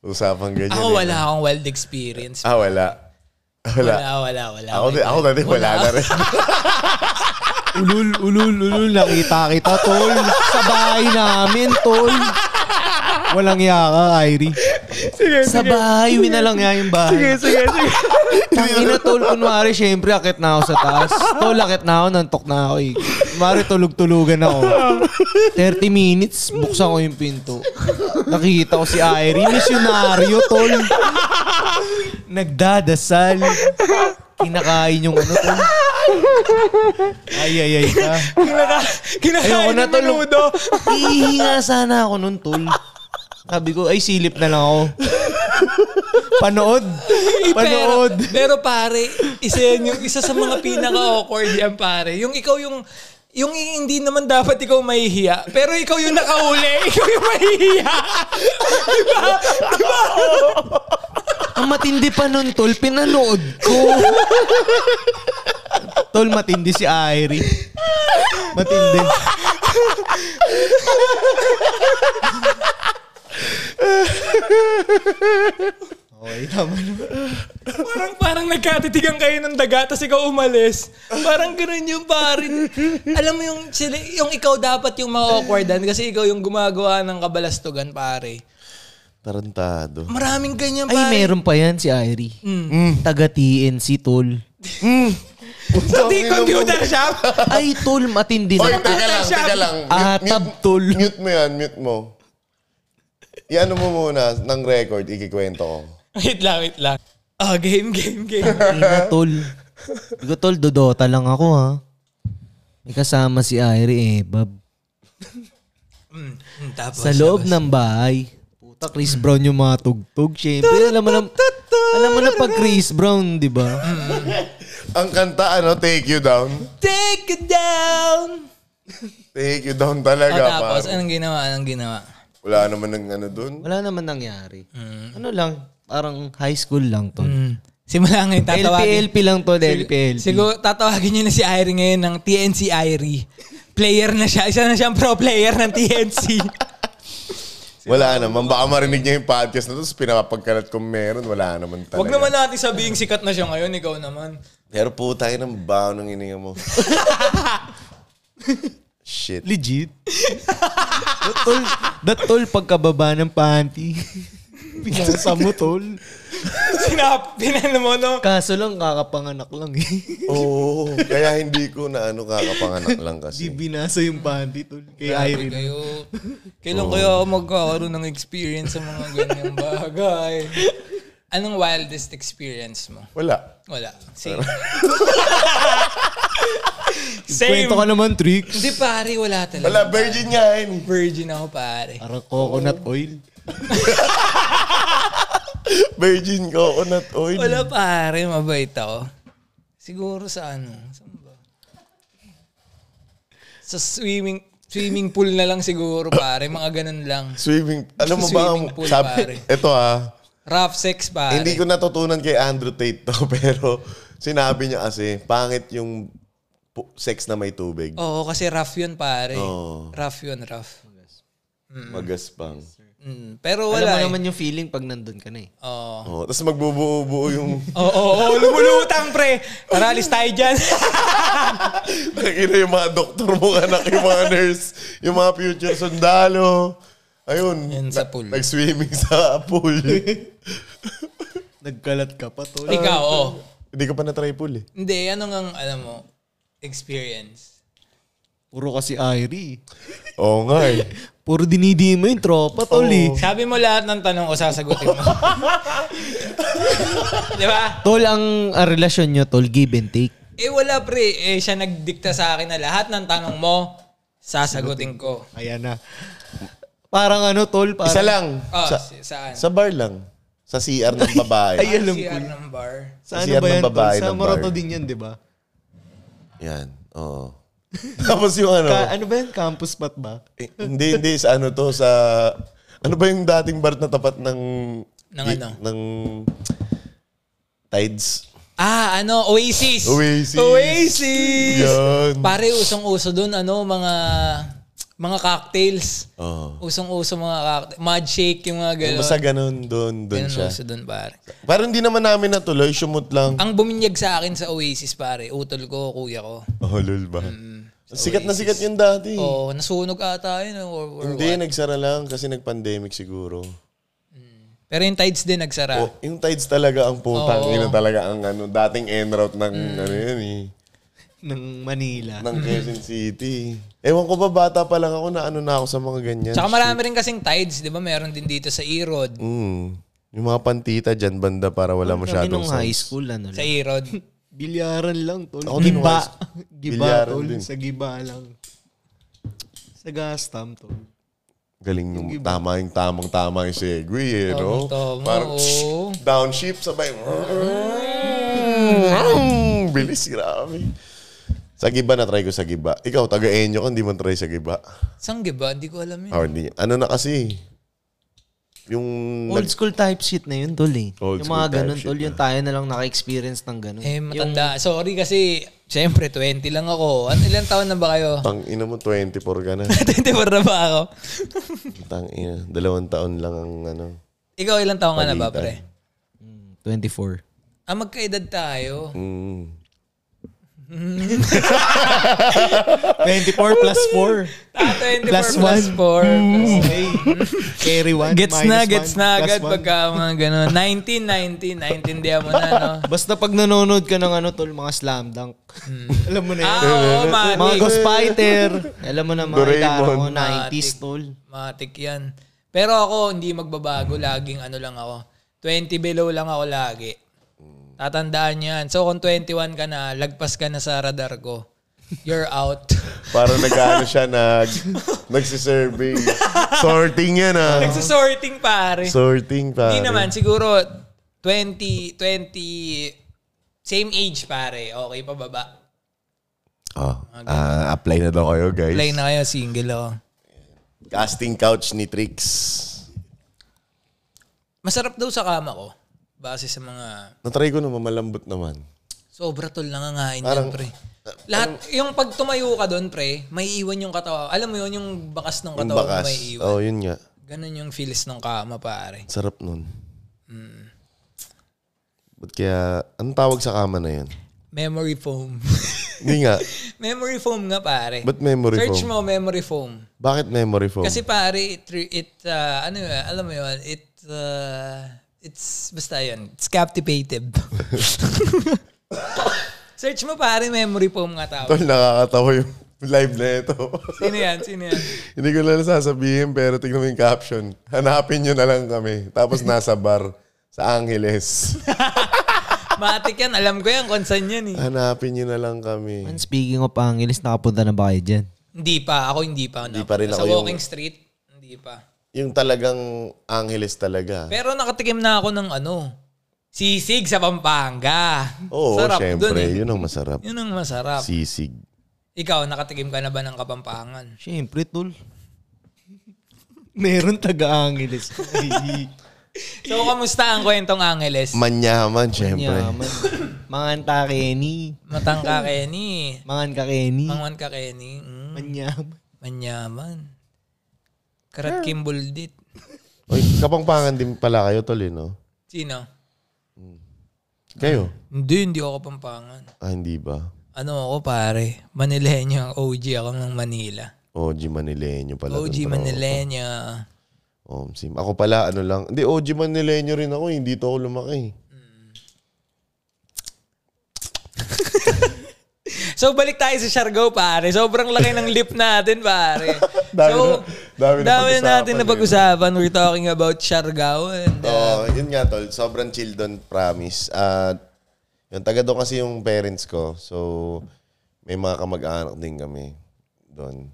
Speaker 2: Usapang ganyan. eh.
Speaker 1: Ako wala akong wild experience.
Speaker 2: Ah, wala. Wala.
Speaker 1: Wala, wala, wala.
Speaker 2: Ako, din- ako dati wala na rin.
Speaker 3: Ulul, ulul, ulul. Nakita kita, tol. Sa bahay namin, tol. Walang iya ka, Irie.
Speaker 1: Sige,
Speaker 3: Sa bahay, winalang niya yung bahay.
Speaker 1: sige, sige.
Speaker 3: Tangina tol, kunwari, syempre, akit na ako sa taas. Tol, akit na ako, nantok na ako eh. Kunwari, tulog-tulugan ako. 30 minutes, buksan ko yung pinto. Nakikita ko si Irene, misyonaryo, tol. Nagdadasal. Kinakain yung ano, tol. Ay, ay, ay ka.
Speaker 1: Kinaka,
Speaker 3: Ayoko
Speaker 1: kinakain
Speaker 3: na,
Speaker 1: ng
Speaker 3: tol.
Speaker 1: menudo.
Speaker 3: Hihinga sana ako nun, tol. Sabi ko, ay, silip na lang ako. Panood.
Speaker 1: Eh,
Speaker 3: Panood.
Speaker 1: Pero, pero pare, isa yan yung isa sa mga pinaka-awkward yan pare. Yung ikaw yung yung hindi naman dapat ikaw mahihiya, pero ikaw yung nakauli, ikaw yung mahihiya. diba? Diba?
Speaker 3: Ang matindi pa nun, tol, pinanood ko. tol, matindi si Airy. Matindi. okay, tama naman.
Speaker 1: Parang, parang nagkatitigan kayo ng daga, tapos ikaw umalis. Parang ganun yung pare. Alam mo yung, sila, yung ikaw dapat yung ma-awkwardan kasi ikaw yung gumagawa ng kabalastugan pare.
Speaker 2: Tarantado.
Speaker 1: Maraming ganyan
Speaker 3: Ay,
Speaker 1: pare.
Speaker 3: meron pa yan si Airy. Taga TNC, tol.
Speaker 1: Sa di computer shop.
Speaker 3: Ay, tol, matindi
Speaker 2: Oy,
Speaker 3: na.
Speaker 2: teka lang,
Speaker 1: Siya-
Speaker 2: teka lang.
Speaker 3: Ah, tabtol.
Speaker 2: Mute, mute mo yan, mute mo. Iano mo muna ng record, ikikwento ko.
Speaker 1: wait lang, wait lang. Ah, game, game, game.
Speaker 3: Ina, tol. Hindi ko, tol, dodota lang ako, ha. May kasama si Airy, eh, bab.
Speaker 1: Mm, mm, tapos,
Speaker 3: Sa loob ng bahay. Puta, Chris Brown yung mga tugtog. Siyempre, alam mo na, alam mo na pag Chris Brown, di ba?
Speaker 2: Ang kanta, ano, Take You Down.
Speaker 1: Take it down!
Speaker 2: Take You Down
Speaker 1: Oh,
Speaker 2: talaga,
Speaker 1: tapos,
Speaker 2: pare.
Speaker 1: anong ginawa? Anong ginawa?
Speaker 2: Wala naman ng ano dun.
Speaker 3: Wala naman nangyari. Ano lang, parang high school lang to.
Speaker 1: Mm. Simula ngayon, tatawagin.
Speaker 3: LPLP lang to, LPLP.
Speaker 1: Siguro, tatawagin nyo na si Irie ngayon ng TNC Irie. Player na siya. Isa na siyang pro player ng TNC.
Speaker 2: Wala naman. Baka marinig niya yung podcast na to, tapos pinapagkalat kung meron, wala naman talaga.
Speaker 1: Huwag naman natin sabihing sikat na siya ngayon. Ikaw naman.
Speaker 2: Pero puta yun ang baho ng ininga mo. Shit.
Speaker 3: Legit. that tol, that tol pagkababa ng panty. Pinasa mo, tol.
Speaker 1: Sinap, pinano mo, no?
Speaker 3: Kaso lang, kakapanganak lang eh.
Speaker 2: Oo. kaya hindi ko na ano kakapanganak lang kasi.
Speaker 3: Di binasa yung panty, tol. Kay Irene.
Speaker 1: Kayo, kailan kaya ako magkakaroon ng experience sa mga ganyang bagay? Anong wildest experience mo?
Speaker 2: Wala.
Speaker 1: Wala. Same.
Speaker 3: Kwento ka naman, Trix.
Speaker 1: Hindi pare, wala talaga.
Speaker 2: Wala, Ah, virgin nga yun. eh.
Speaker 1: Virgin ako pare.
Speaker 3: Parang coconut oil.
Speaker 2: Virgin coconut oil.
Speaker 1: Wala pare, mabait ako. Siguro sa ano? Saan ba? Sa swimming swimming pool na lang siguro pare, mga ganun lang.
Speaker 2: Swimming. Alam mo ba,
Speaker 1: Swimming pool,
Speaker 2: sabi,
Speaker 1: pare.
Speaker 2: eto ah,
Speaker 1: Rough sex, pare.
Speaker 2: Hindi ko natutunan kay Andrew Tate to, pero sinabi niya kasi, pangit yung pu- sex na may tubig.
Speaker 1: Oo, kasi rough yun, pare.
Speaker 2: Oo.
Speaker 1: Rough yun, rough.
Speaker 2: Magaspang.
Speaker 1: Mm, pero
Speaker 3: Alam mo
Speaker 1: wala. eh.
Speaker 3: naman yung feeling pag nandun ka na eh.
Speaker 1: Oo.
Speaker 2: Oh, Tapos magbubuo-buo yung...
Speaker 1: Oo, oo, oo, lumulutang, pre. Tara, alis tayo dyan.
Speaker 2: Nakina yung mga doktor mo anak, yung mga nurse, yung mga future sundalo. Ayun.
Speaker 1: Yan sa pool.
Speaker 2: Nag-swimming sa pool.
Speaker 3: Nagkalat ka pa, tol.
Speaker 1: Ikaw, oo.
Speaker 2: Hindi ko pa na-try pool eh.
Speaker 1: Hindi, ano nga, ang, alam mo, experience.
Speaker 3: Puro kasi Irie.
Speaker 2: Oo nga eh.
Speaker 3: Puro dinidima yung tropa, tol eh.
Speaker 1: Sabi mo lahat ng tanong ko, sasagutin mo. Di ba?
Speaker 3: Tol, ang ang relasyon nyo, tol, give and take.
Speaker 1: Eh, wala, pre. Eh, siya nagdikta sa akin na lahat ng tanong mo, sasagutin ko.
Speaker 3: Ayan na. Parang ano, tol, parang...
Speaker 2: Isa lang.
Speaker 1: Oh,
Speaker 2: sa,
Speaker 1: si- saan?
Speaker 2: sa bar lang. Sa CR ng babae.
Speaker 3: Ay, alam ko.
Speaker 1: CR ng bar.
Speaker 3: Sa
Speaker 2: Siyan
Speaker 3: ano ba
Speaker 2: ng
Speaker 3: yan, tol?
Speaker 2: babae
Speaker 3: Sa
Speaker 2: ng
Speaker 3: Moroto
Speaker 2: bar.
Speaker 3: din yan, di ba?
Speaker 2: Yan. Oo. Tapos yung ano.
Speaker 3: Ka- ano ba yan? Campus spot ba?
Speaker 2: eh, hindi, hindi. Sa ano to, sa... Ano ba yung dating bar na tapat ng...
Speaker 1: Ng
Speaker 2: i-
Speaker 1: ano?
Speaker 2: Ng... Tides.
Speaker 1: Ah, ano, Oasis.
Speaker 2: Oasis.
Speaker 1: Oasis.
Speaker 2: Yan.
Speaker 1: Pare, usong-uso dun, ano, mga, mga cocktails.
Speaker 2: Oo.
Speaker 1: Usong-uso mga cocktails. Mud shake, yung mga gano'n.
Speaker 2: Basta ganun, doon, doon
Speaker 1: Ganun
Speaker 2: siya.
Speaker 1: uso dun, pare.
Speaker 2: Parang hindi naman namin natuloy, sumot lang.
Speaker 1: Ang buminyag sa akin sa Oasis, pare, utol ko, kuya ko.
Speaker 2: Oh, lol ba? sikat na sikat yun dati.
Speaker 3: Hmm.
Speaker 1: Oo, nasunog ata yun. eh, Or, or
Speaker 2: hindi,
Speaker 1: Oh, what.
Speaker 2: nagsara lang kasi nag-pandemic siguro.
Speaker 1: Pero yung tides din nagsara.
Speaker 2: Oh, yung tides talaga ang putang
Speaker 1: Oo.
Speaker 2: ina talaga ang ano, dating en route ng ano yun eh,
Speaker 3: Ng Manila.
Speaker 2: ng Quezon City. Ewan ko ba bata pa lang ako na ano na ako sa mga ganyan.
Speaker 1: Tsaka marami rin kasing tides, di ba? Meron din dito sa Irod.
Speaker 2: Mm. Yung mga pantita dyan banda para wala
Speaker 3: Kami
Speaker 2: masyadong
Speaker 3: nung high school, ano
Speaker 1: Sa
Speaker 3: lang.
Speaker 1: Irod.
Speaker 3: Bilyaran lang, tol.
Speaker 2: Ako din nung high
Speaker 3: giba.
Speaker 2: school.
Speaker 3: giba,
Speaker 2: Bilyaran
Speaker 3: tol.
Speaker 2: din.
Speaker 3: Sa giba lang. Sa gastam, tol.
Speaker 2: Galing nung tama yung tamang tama yung segue eh, no?
Speaker 1: Tamang-tama,
Speaker 2: Parang
Speaker 1: oo.
Speaker 2: downshift sabay. mm, Bilis, grabe. Sa Giba na try ko sa Giba. Ikaw, taga Enyo ka, hindi mo try sa Giba.
Speaker 1: Sangge ba? Hindi ko alam yun.
Speaker 3: Ah.
Speaker 2: Or, hindi. Ano na kasi? Yung...
Speaker 3: Old
Speaker 2: nag-
Speaker 3: school type shit na yun, tol eh.
Speaker 2: Old
Speaker 3: yung
Speaker 2: school
Speaker 3: mga
Speaker 2: type
Speaker 3: ganun,
Speaker 2: shit
Speaker 3: tol.
Speaker 2: na.
Speaker 3: Yung tayo na lang naka-experience ng ganun.
Speaker 1: Eh, matanda. Sorry kasi, syempre, 20 lang ako. Ano, ilang taon na ba kayo?
Speaker 2: Tang ina mo, 24 ka na.
Speaker 1: 24 na ba ako?
Speaker 2: Tang ina. Dalawang taon lang ang ano.
Speaker 1: Ikaw ilang taon ka na ba,
Speaker 2: Palitan.
Speaker 1: pre?
Speaker 3: Mm, 24.
Speaker 1: Ah, magkaedad tayo.
Speaker 3: Hmm.
Speaker 2: Mm.
Speaker 3: 24 plus 4.
Speaker 1: Ah, 24
Speaker 3: Plus
Speaker 1: plus, plus
Speaker 3: one.
Speaker 1: 4.
Speaker 3: Okay. Carry one,
Speaker 1: Gets
Speaker 3: minus
Speaker 1: na,
Speaker 3: one,
Speaker 1: gets na
Speaker 3: plus
Speaker 1: agad
Speaker 3: one.
Speaker 1: pagka mga gano'n. 19, 19, 19, di mo na, no?
Speaker 3: Basta pag nanonood ka ng ano, tol, mga slam dunk. Alam mo na yun.
Speaker 1: Ah, oo,
Speaker 3: mga
Speaker 1: matik.
Speaker 3: Ghost Fighter. Alam mo na mga
Speaker 2: Doraemon.
Speaker 3: itara ko, 90s, tol.
Speaker 1: Matik yan. Pero ako, hindi magbabago. Laging ano lang ako. 20 below lang ako lagi. Tatandaan yan. So, kung 21 ka na, lagpas ka na sa radar ko. You're out.
Speaker 2: Para nag-ano siya, nag, nagsiserving. Sorting yan ah.
Speaker 1: Nagsasorting, pare.
Speaker 2: Sorting pa.
Speaker 1: Hindi naman, siguro 20, 20, same age pare. Okay, pababa.
Speaker 2: Oh, ah, apply na daw kayo, guys.
Speaker 1: Play na kayo, single ako.
Speaker 2: Casting couch ni Trix.
Speaker 1: Masarap daw sa kama ko. Base sa mga
Speaker 2: Natry ko naman, malambot naman.
Speaker 1: sobra tol nangangain
Speaker 2: Parang- Ah,
Speaker 1: yan, pre. Lahat, yung pag tumayo ka doon, pre, may iwan yung katawa. Alam mo yun, yung bakas ng
Speaker 2: Yung
Speaker 1: katawa mo
Speaker 2: bakas.
Speaker 1: may iwan.
Speaker 2: Oo, oh, yun nga.
Speaker 1: Ganun yung feels ng kama, pare.
Speaker 2: Sarap nun.
Speaker 1: Hmm.
Speaker 2: Ba't kaya, anong tawag sa kama na yun?
Speaker 1: Memory foam.
Speaker 2: Hindi nga.
Speaker 1: memory foam nga, pare.
Speaker 2: Ba't memory
Speaker 1: Search
Speaker 2: foam?
Speaker 1: mo, memory foam.
Speaker 2: Bakit memory foam?
Speaker 1: Kasi pare, it, re- it uh, ano yun, alam mo yun, it, uh, it's, basta yun, it's captivative. Search mo pare, memory foam nga tawag.
Speaker 2: Tol, nakakatawa yung live na ito.
Speaker 1: Sino yan? Sino yan?
Speaker 2: Hindi ko lang sasabihin, pero tignan mo yung caption. Hanapin nyo na lang kami. Tapos nasa bar sa Angeles.
Speaker 1: Matik yan, alam ko yan, kung saan yan eh.
Speaker 2: Hanapin nyo na lang kami.
Speaker 3: And speaking of Angeles, nakapunta na ba kayo dyan?
Speaker 1: Hindi pa, ako hindi pa. Hindi
Speaker 2: pa rin
Speaker 1: Sa
Speaker 2: ako yung-
Speaker 1: walking street, hindi pa.
Speaker 2: Yung talagang Angeles talaga.
Speaker 1: Pero nakatikim na ako ng ano, sisig sa Pampanga.
Speaker 2: Oo,
Speaker 1: dun
Speaker 2: syempre.
Speaker 1: eh.
Speaker 2: Yun ang masarap.
Speaker 1: Yun ang masarap.
Speaker 2: Sisig.
Speaker 1: Ikaw, nakatikim ka na ba ng kapampangan?
Speaker 3: Siyempre, tol. Meron taga-Angeles. Ay,
Speaker 1: So, kamusta ang kwentong Angeles?
Speaker 2: Manyaman, syempre.
Speaker 3: Yaman. Mangan ta, Kenny.
Speaker 1: Matangka Kenny.
Speaker 3: Mangan ka, Kenny.
Speaker 1: Mangwan ka Kenny. Mm.
Speaker 3: Manyaman.
Speaker 1: Manyaman. Karat Kimbuldit.
Speaker 2: Oy, kapangpangan din pala kayo, tol, eh, no?
Speaker 1: Sino?
Speaker 2: Kayo?
Speaker 1: Hindi, hindi ako pampangan.
Speaker 2: Ah, hindi ba?
Speaker 1: Ano ako pare? Manileño. OG ako ng Manila.
Speaker 2: OG Manileño pala. tol,
Speaker 1: OG
Speaker 2: bro.
Speaker 1: Manileño.
Speaker 2: Um, sim. Ako pala, ano lang. Hindi, OG Manileño rin ako. eh. Hindi to ako lumaki.
Speaker 1: So balik tayo sa Siargao pare. Sobrang laki ng lip natin pare.
Speaker 2: Dami
Speaker 1: so,
Speaker 2: na- dami na pag-usapan eh.
Speaker 1: dami natin na pag-usapan. We're talking about Siargao and uh,
Speaker 2: Oo, Oh, yun nga tol. Sobrang chill doon, promise. At yung taga doon kasi yung parents ko. So, may mga kamag-anak din kami doon.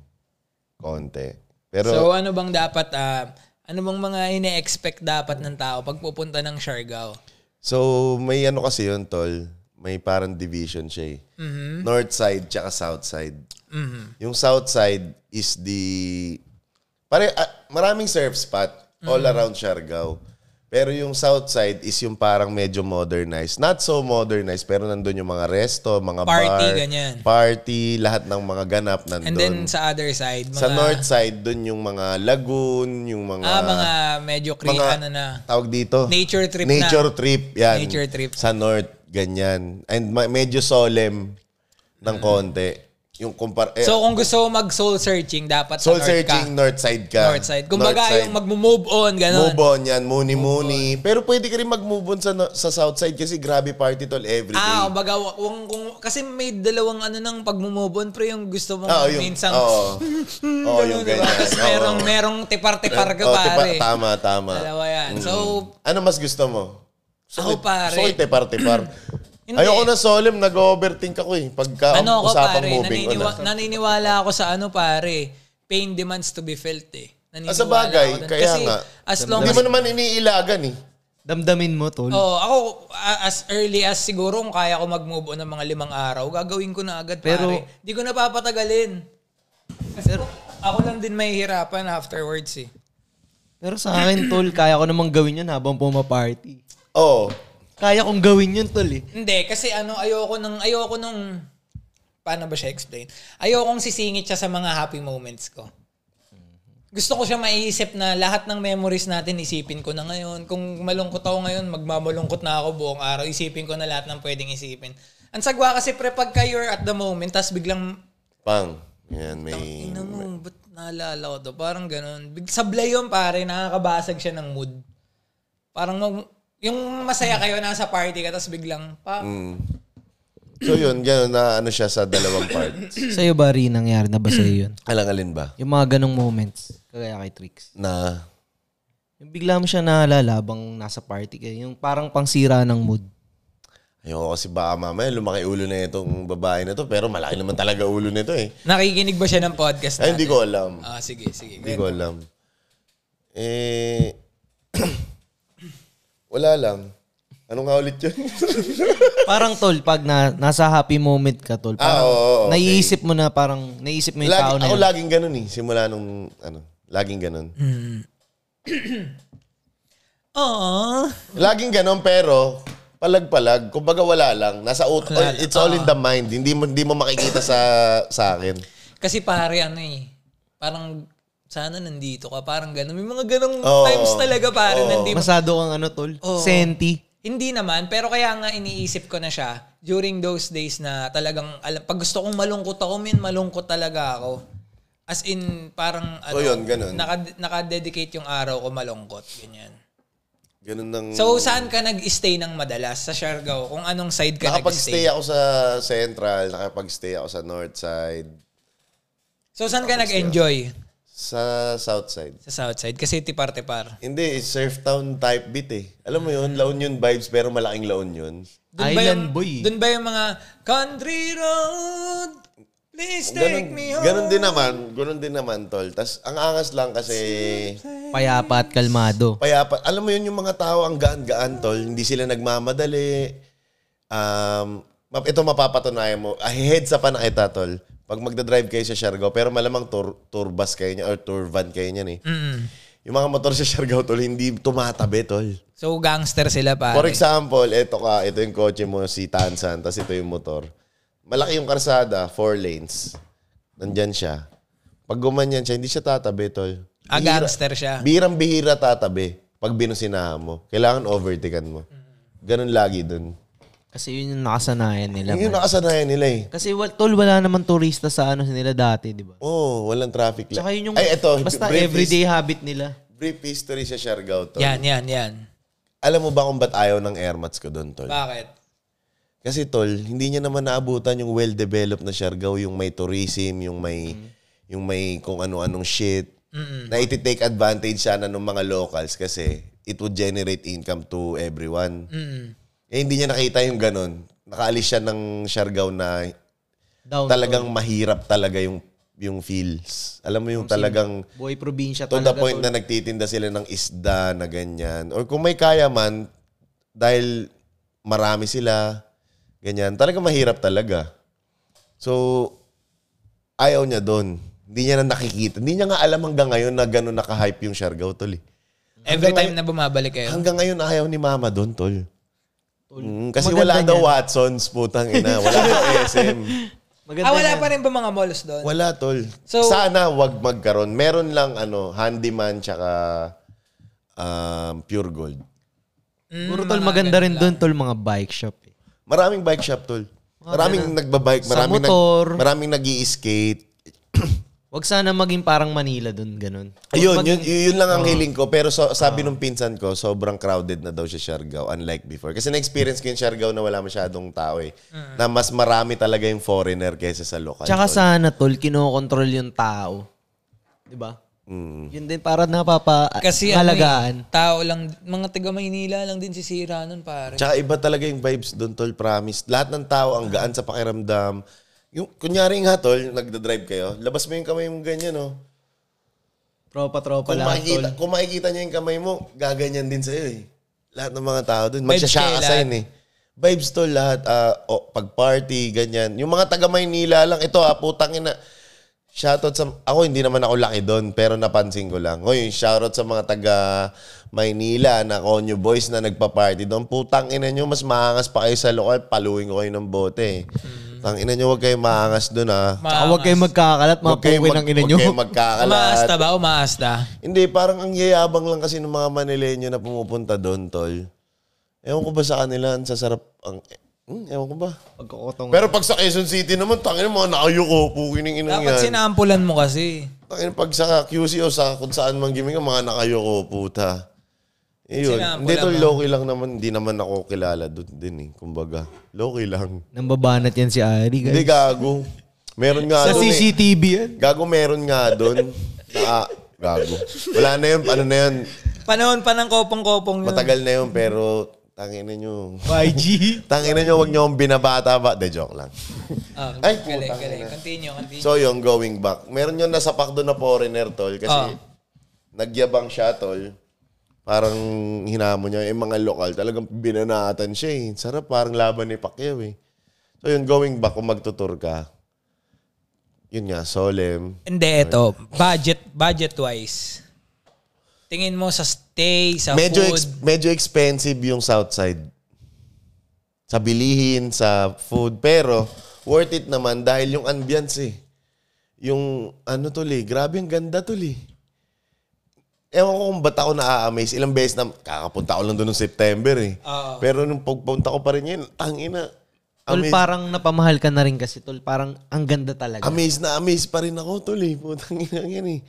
Speaker 2: Konti. Pero,
Speaker 1: So ano bang dapat ah, ano bang mga ine-expect dapat ng tao pag pupunta ng Siargao?
Speaker 2: so, may ano kasi yun, tol. May parang division siya eh.
Speaker 1: Mm-hmm.
Speaker 2: North side tsaka south side. Yung south side is the... Pare, ah, maraming surf spot all
Speaker 1: Mm-hmm.
Speaker 2: around Siargao. Pero yung south side is yung parang medyo modernized. Not so modernized, pero nandun yung mga resto, mga
Speaker 1: Party,
Speaker 2: bar.
Speaker 1: ganyan.
Speaker 2: Party, lahat ng mga ganap nandun.
Speaker 1: And then sa other side, mga
Speaker 2: sa north side, dun yung mga lagoon, yung mga...
Speaker 1: ah, mga medyo cre-
Speaker 2: mga-
Speaker 1: ano na.
Speaker 2: Tawag dito?
Speaker 1: Nature trip na.
Speaker 2: Nature trip, yan.
Speaker 1: Nature trip.
Speaker 2: Sa north, ganyan. And ma- medyo solemn ng konti. Yung kumpara... eh,
Speaker 1: Mm. So kung gusto mo mag soul searching, dapat
Speaker 2: Soul
Speaker 1: sa north
Speaker 2: searching,
Speaker 1: ka.
Speaker 2: north side ka.
Speaker 1: North side. Kumbaga
Speaker 2: North side.
Speaker 1: yung mag-move on, ganun.
Speaker 2: Move on yan, muni-muni. Pero pwede ka rin mag-move on sa, no- sa south side kasi grabe party tol every day.
Speaker 1: Ah, kumbaga, kung, kung, kasi may dalawang ano ng pag-move on, pero yung gusto
Speaker 2: Oo,
Speaker 1: mo
Speaker 2: Ah, yung,
Speaker 1: minsan,
Speaker 2: oo. Oo, yung ganyan.
Speaker 1: Tapos
Speaker 2: Oo.
Speaker 1: merong, merong tipar-tipar ka,
Speaker 2: Oo,
Speaker 1: pare.
Speaker 2: tipa- tama, tama.
Speaker 1: Dalawa yan. So,
Speaker 2: Ano mas gusto mo?
Speaker 1: Ako, pare.
Speaker 2: Soy, tepar-tepar.
Speaker 1: Hindi.
Speaker 2: Ayoko na solemn, nag-overthink ako eh. Pagka
Speaker 1: ano ako,
Speaker 2: usapang
Speaker 1: pare,
Speaker 2: moving on.
Speaker 1: naniniwa- naniniwala ako sa ano, pare, pain demands to be felt, eh. Naniniwala
Speaker 2: Ah, sa bagay,
Speaker 1: ako dun.
Speaker 2: kaya
Speaker 1: kasi,
Speaker 2: nga.
Speaker 1: as long
Speaker 2: Hindi
Speaker 1: as
Speaker 2: mo naman iniilagan eh.
Speaker 3: Damdamin mo, tol.
Speaker 1: Oh, ako a- as early as siguro kung kaya ko mag-move on ng mga limang araw, gagawin ko na agad
Speaker 3: Pero-
Speaker 1: pare. Hindi ko na papatagalin. Kasi ako lang din mahihirapan afterwards eh.
Speaker 3: Pero sa akin, tol, kaya ko namang gawin yun habang pumaparty.
Speaker 2: Oo.
Speaker 3: Kaya kong gawin yun, tol, eh.
Speaker 1: Hindi kasi ano ayoko nang ayoko nung paano ba siya explain? Ayokong sisingit siya sa mga happy moments ko. Gusto ko siya maiisip na lahat ng memories natin isipin ko na ngayon. Kung malungkot ako ngayon, magmamalungkot na ako buong araw. Isipin ko na lahat ng pwedeng isipin. Ang sagwa kasi pre pagka you're at the moment tas biglang
Speaker 2: Pang. Yan, may...
Speaker 1: Ina mo, ba't naalala ko to? Parang ganun. Big- Sablay yun, pare. Nakakabasag siya ng mood. Parang mag- yung masaya kayo, nasa party ka, tapos biglang, pa,
Speaker 2: So yun, gano'n na ano siya sa dalawang parts.
Speaker 3: Sa'yo ba, Rin, nangyari na ba sa'yo yun?
Speaker 2: Alangalin ba?
Speaker 3: Yung mga ganong moments, kagaya kay Trix.
Speaker 2: Na...
Speaker 3: Yung bigla mo siya naalala habang nasa party ka, yung parang pangsira ng mood.
Speaker 2: Ayoko kasi baka mamaya lumaki ulo na itong babae na to pero malaki naman talaga ulo nito eh.
Speaker 1: nakikinig ba siya ng podcast
Speaker 2: Ay,
Speaker 1: natin?
Speaker 2: hindi ko alam.
Speaker 1: Ah, sige, sige.
Speaker 2: Hindi ko alam. Eh, wala lang. Ano nga ulit yun?
Speaker 3: Parang tol, pag na, nasa happy moment ka tol,
Speaker 2: ah,
Speaker 3: parang
Speaker 2: oo, oo.
Speaker 3: naiisip mo na parang, naiisip mo yung
Speaker 2: Lagi,
Speaker 3: tao na
Speaker 2: ako
Speaker 3: yun.
Speaker 2: laging ganun eh. Simula nung, ano, laging ganun.
Speaker 1: Aww.
Speaker 2: Laging ganun pero palag-palag. Kumbaga wala lang. Nasa ut-
Speaker 1: Wala lang.
Speaker 2: it's all in the mind. Hindi mo hindi mo makikita sa sa akin.
Speaker 1: Kasi pare, ano eh, parang, sana nandito ka, parang ganun. May mga ganung
Speaker 2: Oo.
Speaker 1: times talaga, pare, nandito.
Speaker 3: Masado kang ano tol, senti.
Speaker 1: Hindi naman, pero kaya nga iniisip ko na siya during those days na talagang, alam, pag gusto kong malungkot ako, min, malungkot talaga ako. As in, parang, ano,
Speaker 2: So Oh, yun, ganun.
Speaker 1: naka- naka-dedicate yung araw ko malungkot, ganyan.
Speaker 2: Ganun ng
Speaker 1: So, saan ka nag-stay ng madalas? Sa Siargao, kung anong side ka
Speaker 2: Nakapag-stay
Speaker 1: nag-stay?
Speaker 2: ako sa Central, nakapag-stay ako sa North Side,
Speaker 1: So, saan ka nag-enjoy?
Speaker 2: sa South Side.
Speaker 1: Sa south side? Kasi tipar-tipar.
Speaker 2: Hindi, it's surf town type beat eh. Alam mo yun, La Union vibes pero malaking La Union.
Speaker 1: ba yung-
Speaker 3: Island boy.
Speaker 1: Dun ba yung mga, country road, please take
Speaker 2: Ganun,
Speaker 1: me home.
Speaker 2: ganun din naman, ganun din naman tol. Tas ang angas lang kasi
Speaker 3: Payapa at kalmado.
Speaker 2: payapa. Alam mo yun yung mga tao ang gaan-gaan tol, hindi sila nagmamadali. Um, ma- ito mapapatunayan mo. Ah, Ahead sa panakita tol. Pag magdadrive kayo sa Siargao, pero malamang tour, tour bus kayo niya or tour van kayo niyan eh. Yung mga motor sa Siargao, tol, hindi tumatabi, tol.
Speaker 1: So, gangster sila pare.
Speaker 2: For example, ito ka, ito yung kotse mo, si Tansan, tapos ito yung motor. Malaki yung karsada, four lanes. Nandyan siya. Pag gumanyan siya, hindi siya tatabi, tol.
Speaker 1: Ah,
Speaker 2: Bihira-
Speaker 1: gangster siya.
Speaker 2: Birang-bihira tatabi pag binusinahan mo. Kailangan overtaken mo. Ganun lagi dun.
Speaker 3: Kasi yun yung nakasanayan nila.
Speaker 2: Yung
Speaker 3: man.
Speaker 2: nakasanayan nila eh.
Speaker 3: Kasi wal, tol, wala naman turista sa ano nila dati, di ba?
Speaker 2: Oo, oh, walang traffic light.
Speaker 3: Tsaka yun yung
Speaker 2: Ay, ito.
Speaker 3: basta
Speaker 2: brief
Speaker 3: everyday habit nila.
Speaker 2: his- brief history sa Siargao, tol.
Speaker 1: Yan, yan, yan.
Speaker 2: Alam mo ba kung ba't ayaw ng airmats ko doon, tol?
Speaker 1: Bakit?
Speaker 2: Kasi tol, hindi niya naman naabutan yung well-developed na Siargao, yung may tourism, yung may yung may kung ano-anong shit. Na iti-take advantage sana ng mga locals kasi it would generate income to everyone.
Speaker 1: Mm.
Speaker 2: Eh hindi niya nakita yung ganun. Nakaalis siya ng Siargao na
Speaker 3: Down.
Speaker 2: talagang mahirap talaga yung yung feels. Alam mo yung talagang
Speaker 3: Boy probinsya
Speaker 2: to the
Speaker 3: talaga.
Speaker 2: point na nagtitinda sila ng isda na ganyan. Or kung may kaya man, dahil marami sila, ganyan. Talaga mahirap talaga. So, ayaw niya doon. Hindi niya na nakikita. Hindi niya nga alam hanggang ngayon na gano'n naka-hype yung Siargao, tol. eh.
Speaker 1: Every
Speaker 2: Hanggang
Speaker 1: time na bumabalik kayo.
Speaker 2: Hanggang ngayon ayaw ni mama doon, tol. Mm, kasi
Speaker 3: Maganda
Speaker 2: wala daw
Speaker 3: niyan.
Speaker 2: Watsons, putang ina. Wala daw SM.
Speaker 3: Maganda
Speaker 1: Ah, wala
Speaker 3: yan.
Speaker 1: pa rin ba mga malls doon?
Speaker 2: Wala, tol.
Speaker 1: So-
Speaker 2: Sana wag magkaroon. Meron lang ano, handyman tsaka um, pure gold.
Speaker 1: Mm,
Speaker 3: Puro tol,
Speaker 1: mga
Speaker 3: maganda rin
Speaker 1: ganun
Speaker 3: doon tol, mga bike shop. Eh.
Speaker 2: Maraming bike shop, tol. Maraming nagbabike,
Speaker 3: Sa
Speaker 2: maraming,
Speaker 3: motor.
Speaker 2: Nag, maraming nag skate
Speaker 3: Wag sana maging parang Manila doon, ganun.
Speaker 2: Ayun, yun, yun lang
Speaker 3: Ah.
Speaker 2: ang hiling ko. Pero so, sabi nung pinsan ko, sobrang crowded na daw siya Siargao, unlike before. Kasi na-experience ko yung Siargao na wala masyadong tao eh. Na mas marami talaga yung foreigner kaysa sa local.
Speaker 3: Ah. Tsaka
Speaker 2: tol.
Speaker 3: sana tol, kinokontrol yung tao. Di ba?
Speaker 2: Mm.
Speaker 3: Yun din para napapa
Speaker 1: Kasi
Speaker 3: halagaan.
Speaker 1: ano eh, tao lang, mga taga Maynila lang din sisira nun pare.
Speaker 2: Tsaka iba talaga yung vibes doon, tol, promise. Lahat ng tao ang gaan sa pakiramdam. Yung, kunyari nga, tol, nagda-drive kayo, labas mo yung kamay mo ganyan, oh.
Speaker 3: Tropa-tropa
Speaker 2: Kung
Speaker 3: lang tol.
Speaker 2: makikita, kung makikita niya yung kamay mo, gaganyan din sa'yo eh. Lahat ng mga tao doon.
Speaker 1: Vibes
Speaker 2: Magsasya
Speaker 1: kayo
Speaker 2: ka sa'yo eh. Vibes to lahat. ah, oh, pag-party, ganyan. Yung mga taga Maynila lang, ito ah, putang ina. Shoutout sa... Ako, hindi naman ako laki doon, pero napansin ko lang. Ngayon, shoutout sa mga taga Maynila na Konyo Boys na nagpa-party doon. Putang ina nyo, mas maangas pa kayo sa lokal. Paluin ko kayo ng bote eh.
Speaker 3: Mm.
Speaker 2: Tang ina nyo, huwag kayo maangas doon ah.
Speaker 3: Tsaka huwag kayong magkakalat, mga puwi ng ina nyo.
Speaker 2: Huwag kayong magkakalat.
Speaker 1: Umaasta ba? Umaasta.
Speaker 2: Hindi, parang ang yayabang lang kasi ng mga Manileño na pumupunta doon, tol. Ewan ko ba sa kanila, ang sasarap ang... Hmm, ewan ko ba?
Speaker 3: Pagkakotong.
Speaker 2: Pero pag sa Quezon City naman, tangin mga nakayuko, pukining inang
Speaker 1: Dapat
Speaker 2: yan.
Speaker 1: sinampulan mo kasi.
Speaker 2: Tangin pag sa QC o sa kung saan mang gimmick, mga nakayuko, puta. Iyon.
Speaker 1: Sinapo
Speaker 2: Hindi, tol,
Speaker 1: lang, ah.
Speaker 2: low-key lang naman. Hindi naman ako kilala doon din eh. Kumbaga, low-key lang.
Speaker 3: Nambabanat yan si Ari, guys.
Speaker 2: Hindi, gago. Meron nga
Speaker 3: Sa
Speaker 2: doon eh.
Speaker 3: CCTV yan.
Speaker 2: Gago, meron nga doon. Na, gago. Wala na yun, ano na yun.
Speaker 1: Panahon pa ng kopong-kopong yun.
Speaker 2: Matagal na yun, pero tangin na nyo.
Speaker 3: YG.
Speaker 2: Tangin na nyo, huwag nyo akong binabata ba? De, joke lang.
Speaker 1: Ah,
Speaker 2: Ay,
Speaker 1: galing,
Speaker 2: putang
Speaker 1: galing.
Speaker 2: ina.
Speaker 1: Continue, continue.
Speaker 2: So yung going back. Meron yun nasapak doon na foreigner, tol. Kasi
Speaker 1: Ah.
Speaker 2: nagyabang siya, tol. Parang hinamo niya yung mga lokal. Talagang binanatan siya eh. Sarap, parang laban ni Pacquiao eh. So yun, going back, kung magtutur ka, yun nga, solemn.
Speaker 1: Hindi, eto. Budget, budget-wise. Tingin mo sa stay, sa
Speaker 2: Medyo,
Speaker 1: food.
Speaker 2: ex- medyo expensive yung Southside. Sa bilihin, sa food. Pero, worth it naman dahil yung ambience eh. Yung, ano tol eh, grabe ang ganda tol eh. Ewan ko kung ba't ako na-amaze. Ilang beses na, kakapunta ko lang doon noong September eh.
Speaker 1: Oo.
Speaker 2: Pero nung pagpunta ko pa rin yun, tangina.
Speaker 3: Tol,
Speaker 2: Amaze,
Speaker 3: parang napamahal ka na rin kasi, tol. Parang ang ganda talaga.
Speaker 2: amaze na amaze pa rin ako tol eh. Putang ina yan eh.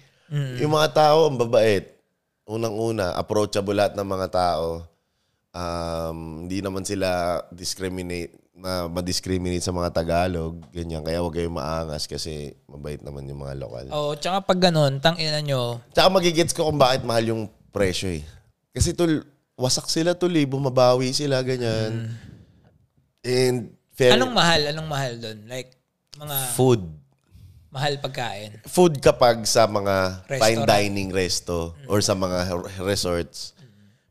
Speaker 2: Yung mga tao, ang babait. Unang-una, approachable lahat ng mga tao. um, hindi naman sila discriminate na ma-discriminate sa mga Tagalog. Ganyan. Kaya huwag kayong maangas kasi mabait naman yung mga lokal.
Speaker 1: Oo, oh, tsaka pag ganun, tang ina nyo.
Speaker 2: Tsaka magigets ko kung bakit mahal yung presyo eh. Kasi tul, wasak sila tul eh. Bumabawi sila, ganyan. And fair
Speaker 1: Anong mahal? Anong mahal doon? Like, mga
Speaker 2: food.
Speaker 1: mahal pagkain.
Speaker 2: Food kapag sa mga fine
Speaker 1: Restaurant. Mm-hmm.
Speaker 2: dining resto or sa mga r- resorts.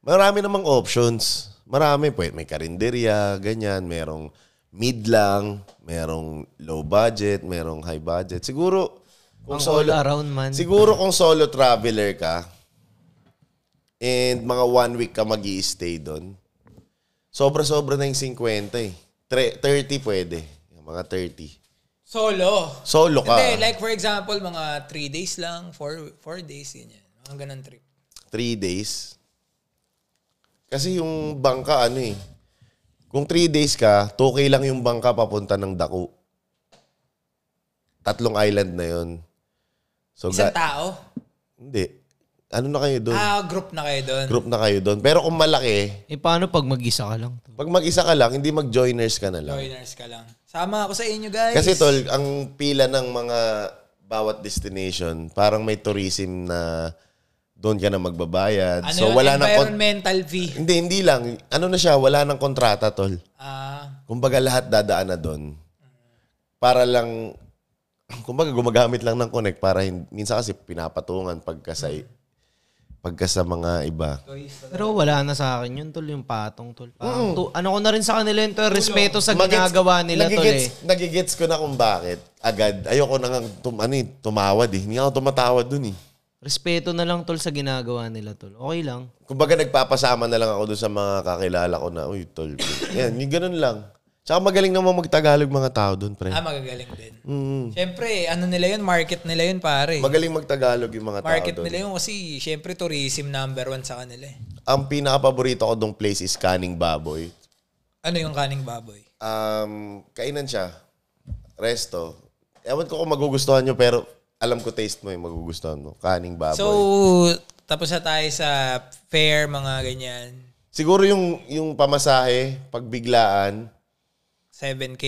Speaker 2: Marami namang options. Marami. Pwede may karinderya, ganyan. Merong mid lang, merong low budget, merong high budget. Siguro,
Speaker 3: Ang
Speaker 2: kung
Speaker 3: all
Speaker 2: solo,
Speaker 3: around man.
Speaker 2: siguro kung solo traveler ka, And mga one week ka mag stay doon. Sobra-sobra na yung 50 eh. Tre- 30 pwede. Yung Mga 30.
Speaker 1: Solo.
Speaker 2: Solo ka.
Speaker 1: Hindi, like for example, mga 3 days lang, 4 4 days, ganyan. Mga ganun trip.
Speaker 2: three days. Kasi yung bangka, ano eh. Kung three days ka, 2K lang yung bangka papunta ng Daku. Tatlong island na yun. So,
Speaker 1: Isang
Speaker 2: ga-
Speaker 1: tao.
Speaker 2: hindi. Ano na kayo doon?
Speaker 1: Ah, group na kayo doon.
Speaker 2: Group na kayo doon. Pero kung malaki,
Speaker 3: Eh, paano pag mag-isa ka lang?
Speaker 2: pag mag-isa ka lang, hindi mag-joiners ka na lang.
Speaker 1: Joiners ka lang. Sama ako sa inyo, guys.
Speaker 2: Kasi tol, ang pila ng mga bawat destination, parang may tourism na doon ka na magbabayad.
Speaker 1: ano
Speaker 2: so
Speaker 1: yun?
Speaker 2: wala nang kon-
Speaker 1: environmental fee.
Speaker 2: Hindi, hindi lang. Ano na siya, wala nang kontrata, tol.
Speaker 1: Ah,
Speaker 2: Kumbaga lahat dadaan na doon. Para lang, kumbaga gumagamit lang ng connect para hin- minsan kasi pinapatungan pagka sa, pagka sa mga iba.
Speaker 3: Pero wala na sa akin yun, tol, yung patong, tol. Parang to- ano ko na rin sa kanila yun, tol, respeto sa ginagawa nila, tol, eh.
Speaker 2: nagigets, nagigets ko na kung bakit. Agad, ayoko na nga tum, ano, eh, tumawad eh. Hindi nga ako tumatawad dun eh.
Speaker 3: Respeto na lang, tol, sa ginagawa nila, tol. Okay lang.
Speaker 2: Kumbaga nagpapasama na lang ako doon sa mga kakilala ko na, uy, tol. Yan, yung ganun lang. Tsaka magaling naman magtagalog mga tao doon, pre.
Speaker 1: ah, magagaling din.
Speaker 2: Mm.
Speaker 1: Siyempre, ano nila yun? Market nila yun, pare.
Speaker 2: Magaling magtagalog yung mga
Speaker 1: Market
Speaker 2: tao doon.
Speaker 1: nila yun kasi siyempre tourism number one sa kanila eh.
Speaker 2: Ang pinaka-paborito ko dong place is Kaning Baboy.
Speaker 1: Ano yung kaning baboy?
Speaker 2: Um, kainan siya. Resto. Ewan ko kung magugustuhan nyo, pero alam ko taste mo yung magugustuhan mo. Kaning baboy.
Speaker 1: So, tapos na tayo sa fair, mga ganyan.
Speaker 2: Siguro yung, yung pamasahe, pagbiglaan,
Speaker 1: 7K,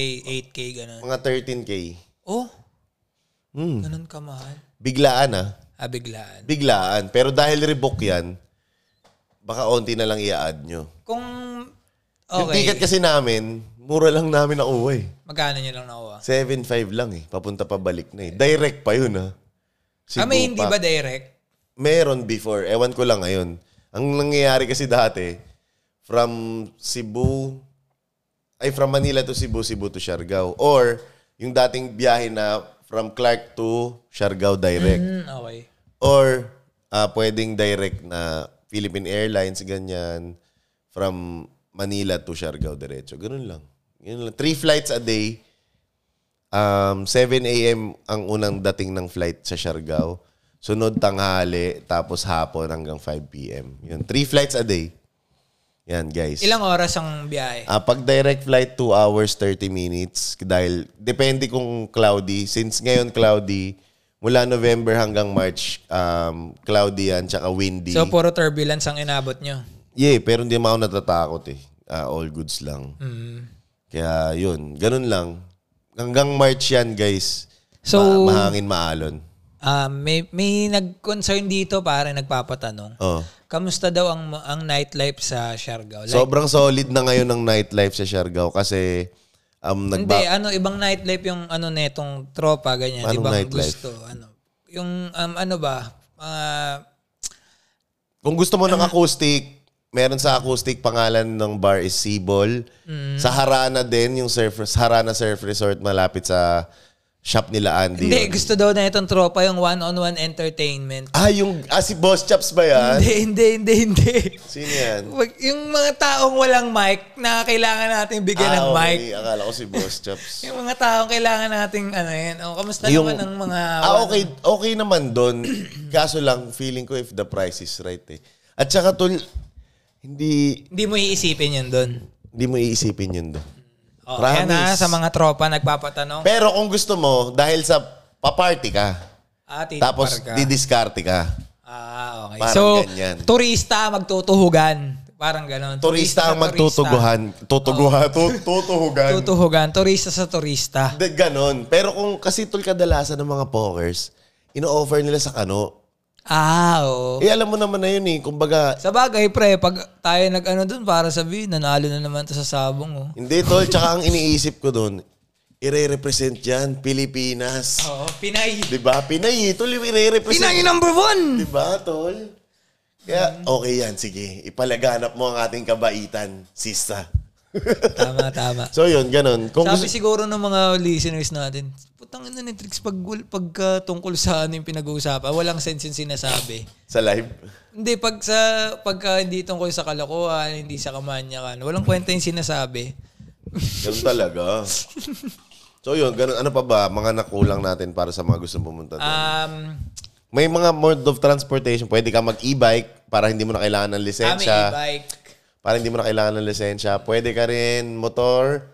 Speaker 1: 8K, ganun.
Speaker 2: mga 13K.
Speaker 1: Oh,
Speaker 2: Hmm.
Speaker 1: ganun kamahal.
Speaker 2: Biglaan ah.
Speaker 1: Ah, biglaan.
Speaker 2: Biglaan. Pero dahil rebook yan, baka onti na lang i-add nyo.
Speaker 1: Kung,
Speaker 2: Yung ticket
Speaker 1: okay,
Speaker 2: kasi namin, mura lang namin nakuha eh.
Speaker 1: magkano nyo lang nakuha?
Speaker 2: 7.5 lang eh. Papunta pa balik na eh. Direct pa yun ah.
Speaker 1: Ah, may
Speaker 2: Cebu
Speaker 1: hindi
Speaker 2: pa.
Speaker 1: ba direct?
Speaker 2: Meron before. Ewan ko lang ngayon. Ang nangyayari kasi dati, from Cebu, ay from Manila to Cebu, Cebu to Siargao. Or, yung dating biyahe na from Clark to Siargao direct.
Speaker 1: Hmm, okay.
Speaker 2: Or, ah, pwedeng direct na Philippine Airlines, ganyan. From Manila to Siargao diretso. Ganun lang. Ganun lang. Three flights a day. Um, 7 a.m. ang unang dating ng flight sa Siargao. Sunod tanghali, tapos hapon hanggang 5 p.m. Yun. Three flights a day. Yan, guys.
Speaker 1: Ilang oras ang biyahe?
Speaker 2: Ah, pag direct flight, 2 hours, 30 minutes. Dahil, depende kung cloudy. Since ngayon cloudy, mula November hanggang March, um, cloudy yan, tsaka windy.
Speaker 1: So, puro turbulence ang inabot nyo.
Speaker 2: yeah, pero hindi naman ako natatakot eh. Ah, all goods lang.
Speaker 1: Hmm.
Speaker 2: Kaya, yun. Ganun lang. Hanggang March yan, guys.
Speaker 1: So,
Speaker 2: Ma- mahangin, maalon.
Speaker 1: ah, may, may nag-concern dito, pare, nagpapatanong.
Speaker 2: Oh.
Speaker 1: Kamusta daw ang ang nightlife sa Siargao? Like,
Speaker 2: Sobrang solid na ngayon ng nightlife sa Siargao kasi um,
Speaker 1: hindi,
Speaker 2: nagba-
Speaker 1: ano, ibang nightlife yung ano netong tropa, ganyan.
Speaker 2: Anong
Speaker 1: ibang
Speaker 2: nightlife?
Speaker 1: gusto. Ano, yung, um, ano ba, ah,
Speaker 2: Kung gusto mo ng acoustic, meron sa acoustic pangalan ng bar is Sibol.
Speaker 1: Mm.
Speaker 2: Sa Harana din, yung surf, Harana Surf Resort malapit sa shop nila Andy.
Speaker 1: hindi,
Speaker 2: yun.
Speaker 1: gusto daw na itong tropa yung one-on-one entertainment.
Speaker 2: Ah, yung ah, si Boss Chaps ba yan?
Speaker 1: Hindi, hindi, hindi, hindi.
Speaker 2: Sino yan?
Speaker 1: Wag- yung mga taong walang mic na kailangan natin bigyan ng mic.
Speaker 2: Ah, okay. Akala ko si Boss Chaps.
Speaker 1: Yung mga taong kailangan nating ano yan. O, kamusta
Speaker 2: Yung-
Speaker 1: naman ang mga...
Speaker 2: ah, okay, okay naman doon. Kaso lang, feeling ko if the price is right eh. At saka tol, hindi,
Speaker 1: Hindi mo iisipin yun doon.
Speaker 2: hindi mo iisipin yun doon.
Speaker 1: O,
Speaker 2: Promise.
Speaker 1: Oh, yan na, sa mga tropa nagpapatanong.
Speaker 2: Pero kung gusto mo, dahil sa paparty ka,
Speaker 1: ah,
Speaker 2: tapos
Speaker 1: tapos, ka.
Speaker 2: didiskarte ka.
Speaker 1: ah, okay.
Speaker 2: Parang
Speaker 1: so,
Speaker 2: ganyan.
Speaker 1: turista magtutuhugan. Parang ganon.
Speaker 2: Turista ang
Speaker 1: sa
Speaker 2: magtutuguhan. Tutuguhan. Tu- tutuhugan.
Speaker 1: Tutuhugan. Turista sa turista.
Speaker 2: De, ganon. Pero kung kasi tol kadalasan ng mga pokers, ino-offer nila sa kano.
Speaker 1: Ah, oo.
Speaker 2: Eh alam mo naman na yun eh. Kumbaga,
Speaker 1: Sa bagay, pre, pag tayo nag-ano doon, para sabihin, nanalo na naman to sa sabong, oh.
Speaker 2: hindi tol. Tsaka ang iniisip ko doon, ire-represent yan, Pilipinas.
Speaker 1: Oo, Pinay.
Speaker 2: Di ba? Pinay eh, tol. yung Ire-represent.
Speaker 1: Pinay number
Speaker 2: Di
Speaker 1: one!
Speaker 2: ba tol? Kaya okay yan. Sige, ipalaganap mo ang ating kabaitan, sista.
Speaker 1: Tama, tama.
Speaker 2: So yun, ganun. Kung
Speaker 1: Sabi
Speaker 2: gusto-
Speaker 1: siguro ng mga listeners natin, putang ina ni Trix pag, pagka tungkol sa ano yung pinag-uusapan, walang sense yung sinasabi.
Speaker 2: sa live,
Speaker 1: Hindi, pag sa, pagka hindi tungkol sa kalokohan, hindi sa kamanyakan, walang kwenta yung sinasabi.
Speaker 2: ganun talaga. so yun, ganun. Ano pa ba? Mga nakulang natin para sa mga gustong pumunta doon.
Speaker 1: Um,
Speaker 2: May mga mode of transportation. Pwede ka mag-e-bike para hindi mo na kailangan ng
Speaker 1: kami
Speaker 2: lisensya.
Speaker 1: e-bike.
Speaker 2: Para hindi mo na kailangan ng lisensya. Pwede ka rin motor.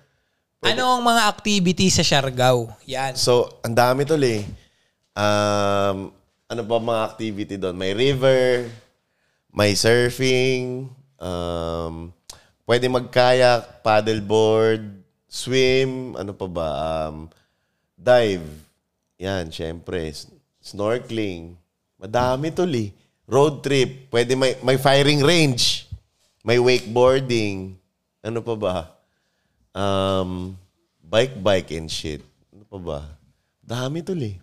Speaker 1: Ano ang mga activity sa Siargao? Yan.
Speaker 2: So, ang dami tol eh. Um, ano pa mga activity doon? May river, may surfing, um, pwede magkayak, paddleboard, swim, ano pa ba? Um, dive. Yan, syempre. S- Snorkeling. Madami tol eh. Road trip. Pwede may, may firing range. May wakeboarding. Ano pa ba? Um, bike, bike and shit. Ano pa ba? Dami tol eh.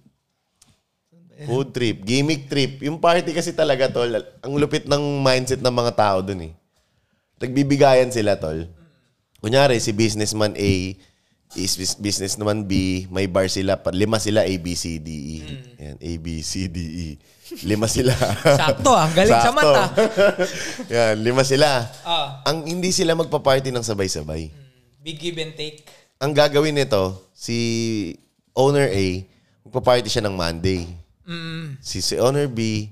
Speaker 2: Food trip, gimmick trip. Yung party kasi talaga tol, ang lupit ng mindset ng mga tao dun eh. Nagbibigayan sila tol. Kunyari, si businessman A, is is business naman B, may bar sila, pa- lima sila A, B, C, D, E. Yan, A, B, C, D, E. Lima sila.
Speaker 1: Sakto ah, galing sa
Speaker 2: Sakto.
Speaker 1: mata.
Speaker 2: Yan, lima sila.
Speaker 1: Ah.
Speaker 2: Ang hindi sila magpa-party ng sabay-sabay
Speaker 1: Big give and take.
Speaker 2: ang gagawin nito, si owner A, magpa-party siya ng Monday.
Speaker 1: Mm.
Speaker 2: Si, si owner B,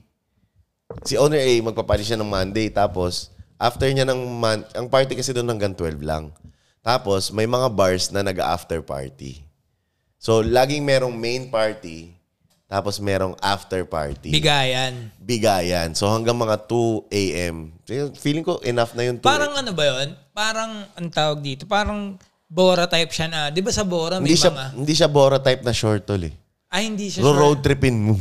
Speaker 2: si owner A, magpa-party siya ng Monday. Tapos, after niya ng month, ang party kasi doon hanggang 12 lang. Tapos, may mga bars na nag-after party. So, laging merong main party, tapos merong after party.
Speaker 1: Bigayan.
Speaker 2: Bigayan. So, hanggang mga 2 a.m. Feeling ko enough na eh. yung 2
Speaker 1: Parang ano ba yon? Parang, ang tawag dito, parang Bora type siya na. Di ba sa Bora may
Speaker 2: hindi siya,
Speaker 1: mga?
Speaker 2: hindi siya Bora type na short tol eh.
Speaker 1: Ay, hindi siya shore.
Speaker 2: Road tripin mo.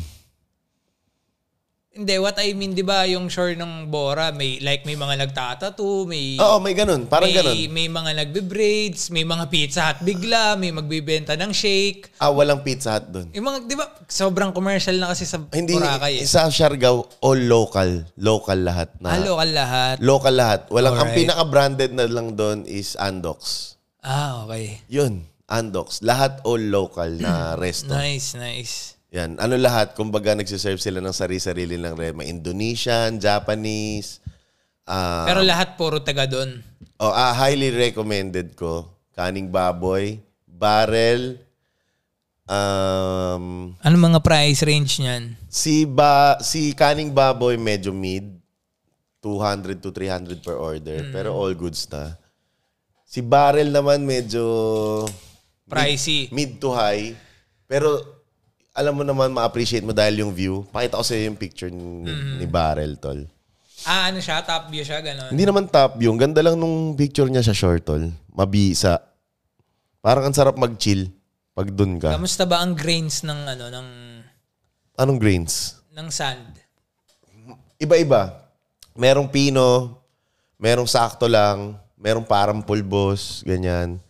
Speaker 1: Hindi, what I mean, di ba yung shore ng Bora, may, like may mga nagtatato, may...
Speaker 2: Oo, may ganun. Parang
Speaker 1: may,
Speaker 2: ganun.
Speaker 1: may mga nagbe-braids, may mga pizza hut bigla, may magbebenta ng shake.
Speaker 2: Ah, walang pizza hut doon.
Speaker 1: Yung mga, di ba, sobrang commercial na kasi sa
Speaker 2: Hindi,
Speaker 1: Boracay. Eh.
Speaker 2: sa Siargao, all local. Local lahat na.
Speaker 1: Ah, local lahat.
Speaker 2: Local lahat. Walang, ang
Speaker 1: Alright.
Speaker 2: pinaka-branded na lang doon is Andox.
Speaker 1: Ah, okay.
Speaker 2: Yun, Andox. Lahat all local na resto.
Speaker 1: Nice, nice.
Speaker 2: Yan. Ano lahat? Kumbaga, nagsiserve sila ng sarili-sarili ng rema. Indonesian, Japanese. ah,
Speaker 1: Pero lahat puro taga doon.
Speaker 2: Oh, ah, highly recommended ko. Kaning baboy, barrel, um,
Speaker 1: Ano mga price range niyan?
Speaker 2: Si ba si kaning baboy medyo mid 200 to 300 per order pero all goods na. Si barrel naman medyo
Speaker 1: Pricey.
Speaker 2: mid to high pero alam mo naman ma-appreciate mo dahil yung view. Pakita ko sa yung picture ni, ni barrel tol.
Speaker 1: Ah, ano siya? Top view siya, gano'n.
Speaker 2: Hindi naman top view, ang ganda lang nung picture niya sa short tol. Mabisa. Parang ang sarap mag-chill pag dun ka.
Speaker 1: Kamusta ba ang grains ng ano ng
Speaker 2: Anong grains?
Speaker 1: ng sand?
Speaker 2: iba-iba. Merong pino, merong sakto lang, merong parang pulbos, ganyan.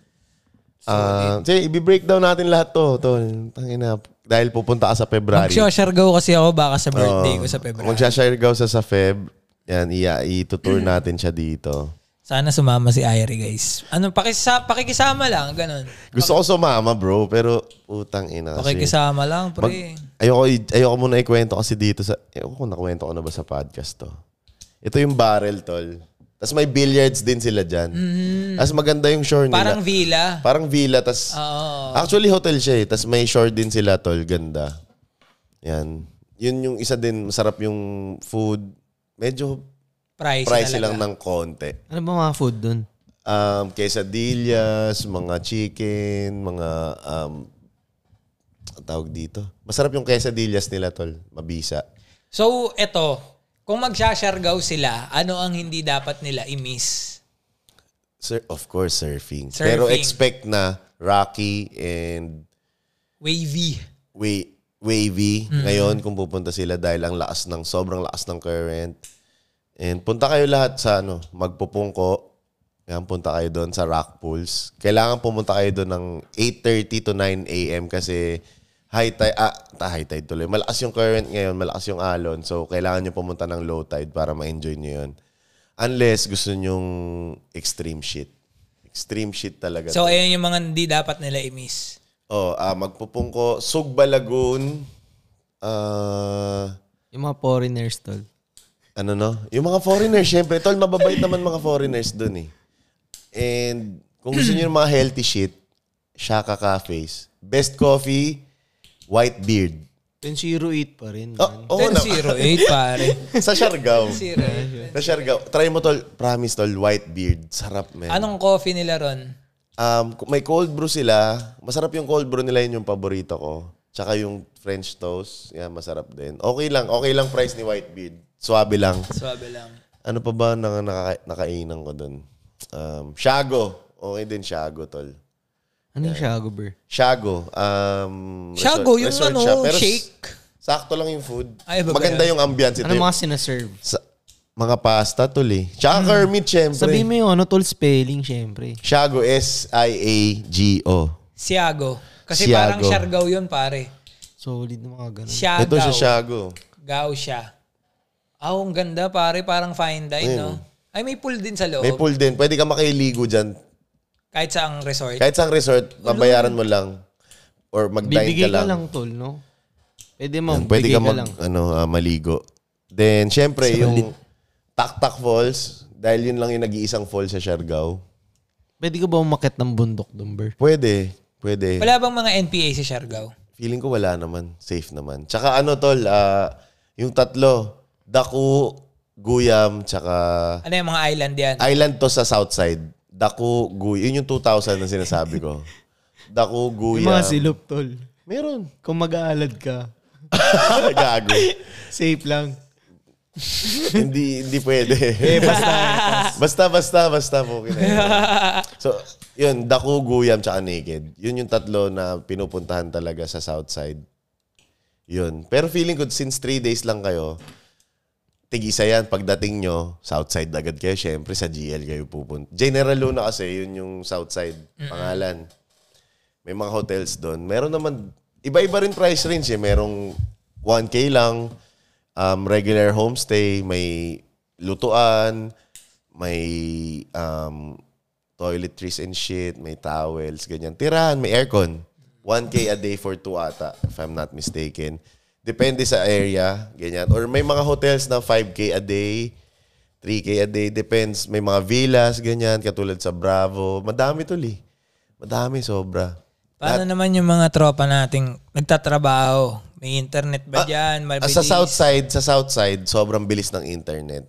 Speaker 2: Ah, uh, i-breakdown natin lahat to, tol. Tangina, dahil pupunta ka sa February.
Speaker 1: Magsho-shargo kasi ako baka sa birthday ko sa February.
Speaker 2: Magsha-Siargao sa sa Feb. Yan, iya, itutour natin siya dito.
Speaker 1: Sana sumama si Irie, guys. Ano, pakisa, pakikisama lang, gano'n.
Speaker 2: Gusto ko sumama, bro, pero utang ina. kasi.
Speaker 1: Pakikisama lang, pre.
Speaker 2: Ayoko, i- ayoko muna ikwento kasi dito sa... Ayoko kung nakwento ko na ba sa podcast to. Ito yung barrel, tol. Tapos may billiards din sila dyan. Tapos maganda yung shore nila.
Speaker 1: Mm-hmm. Parang villa.
Speaker 2: Parang villa. Tapos
Speaker 1: Oo.
Speaker 2: Actually, hotel siya eh. Tapos may shore din sila, tol. Ganda. Yan. Yun yung isa din. Masarap yung food. Medyo
Speaker 1: Price,
Speaker 2: pricey lang
Speaker 1: talaga.
Speaker 2: ng konti.
Speaker 3: Ano ba mga food dun?
Speaker 2: Um, quesadillas, mga chicken, mga... Um, ang tawag dito. Masarap yung quesadillas nila, tol. Mabisa.
Speaker 1: So, eto. Kung magsha-shargaw sila, ano ang hindi dapat nila i-miss?
Speaker 2: Sir, of course, surfing.
Speaker 1: Surfing.
Speaker 2: Pero expect na rocky and
Speaker 1: Wavy.
Speaker 2: wa- wavy ngayon kung pupunta sila dahil ang lakas ng sobrang lakas ng current. And punta kayo lahat sa ano, magpupungko. Yan, punta kayo doon sa rock pools. Kailangan pumunta kayo doon ng 8.30 to 9 a.m. kasi high tide, ah, ta high tide tuloy. Malakas yung current ngayon, malakas yung alon. So, kailangan nyo pumunta ng low tide para ma-enjoy nyo yun. Unless gusto nyong extreme shit. Extreme shit talaga.
Speaker 1: So, ayan yung mga hindi dapat nila i-miss.
Speaker 2: oh, ah, magpupungko. Sugba Lagoon. Ah,
Speaker 3: Yung mga foreigners, tol.
Speaker 2: ano no? Yung mga foreigners, syempre. Tol, mababait naman mga foreigners dun eh. And kung gusto niyo ng mga healthy shit, Shaka Cafes. Best coffee, white beard.
Speaker 3: Penshiro 8 pa rin.
Speaker 2: Oh, oo naman.
Speaker 1: 10-08, pare.
Speaker 2: Sa Siargao.
Speaker 1: 10
Speaker 2: Sa Siargao. Try mo tol. Promise tol, white beard. Sarap, man.
Speaker 1: Anong coffee nila ron?
Speaker 2: Um, may cold brew sila. Masarap yung cold brew nila, yun yung paborito ko. Tsaka yung French toast. Yan, masarap din. Okay lang. Okay lang price ni Whitebeard. Swabe lang.
Speaker 1: Swabe lang.
Speaker 2: Ano pa ba na naka, nakainan ko dun? Um, Shago. Okay din, Shago, tol.
Speaker 3: Ano yung Shago, bro?
Speaker 2: Shago. Um,
Speaker 1: Shago, yung ano,
Speaker 2: s-
Speaker 1: shake.
Speaker 2: Sakto lang yung food.
Speaker 1: Ay, iba ba
Speaker 2: Maganda yung ambiance. Ito
Speaker 3: Ano
Speaker 2: yung,
Speaker 3: mga sinaserve?
Speaker 2: sa- mga pasta, tol eh. Tsaka
Speaker 1: Hmm.
Speaker 2: Kermit, syempre.
Speaker 3: Sabihin mo yung ano, tol, spelling, syempre.
Speaker 2: Shago, S-I-A-G-O.
Speaker 1: Siago. Kasi
Speaker 2: Siago.
Speaker 1: parang Siargao yun, pare.
Speaker 3: Solid na mga ganun.
Speaker 1: Siagaw.
Speaker 2: Ito siya, Shago.
Speaker 1: Gao siya. Ah, ang ganda, pare. Parang fine dine, no? Ay, may pool din sa loob.
Speaker 2: May pool din. Pwede ka makiligo dyan.
Speaker 1: Kahit sa ang resort.
Speaker 2: Kahit sa resort, babayaran mo lang. Or mag-dine
Speaker 3: Bibigay
Speaker 2: ka lang.
Speaker 3: tol, no? Pwede mo,
Speaker 2: Pwede
Speaker 3: bigay
Speaker 2: ka
Speaker 3: ka,
Speaker 2: mag,
Speaker 3: lang.
Speaker 2: ano, ah, maligo. Then, syempre, yung Taktak Falls, dahil yun lang yung nag-iisang falls sa Siargao.
Speaker 3: Pwede ka ba umakit ng bundok doon, bro?
Speaker 2: Pwede. Pwede.
Speaker 1: Wala bang mga NPA sa Siargao?
Speaker 2: Feeling ko wala naman. Safe naman. Tsaka ano, tol, ah, yung tatlo, Daku, Guyam, tsaka
Speaker 1: Ano yung mga island yan?
Speaker 2: island to sa south side. Daku, Guyam. Yun yung 2,000 na sinasabi ko. Daku,
Speaker 3: Yung
Speaker 2: Guyam.
Speaker 3: mga silop, tol.
Speaker 2: Meron.
Speaker 3: Kung mag-aalad ka,
Speaker 2: Gago.
Speaker 3: safe lang.
Speaker 2: hindi hindi pwede. Eh,
Speaker 3: Eh,
Speaker 2: basta, basta, basta, basta po So, yun, Daku, Guyam, tsaka Naked. Yun yung tatlo na pinupuntahan talaga sa South Side. Yun. Pero feeling ko, since three days lang kayo, tigisa yan. Pagdating nyo, South Side agad kayo. Siyempre, sa GL kayo pupunta. General Luna kasi, yun yung South Side pangalan. May mga hotels doon. Meron naman, iba-iba rin price range eh. Merong 1K lang, um, regular homestay, may lutuan, may um, toiletries and shit, may towels, ganyan. Tirahan, may aircon. 1K a day for two ata, if I'm not mistaken. Depende sa area, ganyan. Or may mga hotels na 5K a day, 3K a day, depends. May mga villas, ganyan, katulad sa Bravo. Madami tuli. Madami, sobra.
Speaker 1: Paano naman yung mga tropa nating nagtatrabaho? May internet ba dyan?
Speaker 2: Ah,
Speaker 1: Malbilis?
Speaker 2: sa south side, sa south side, sobrang bilis ng internet.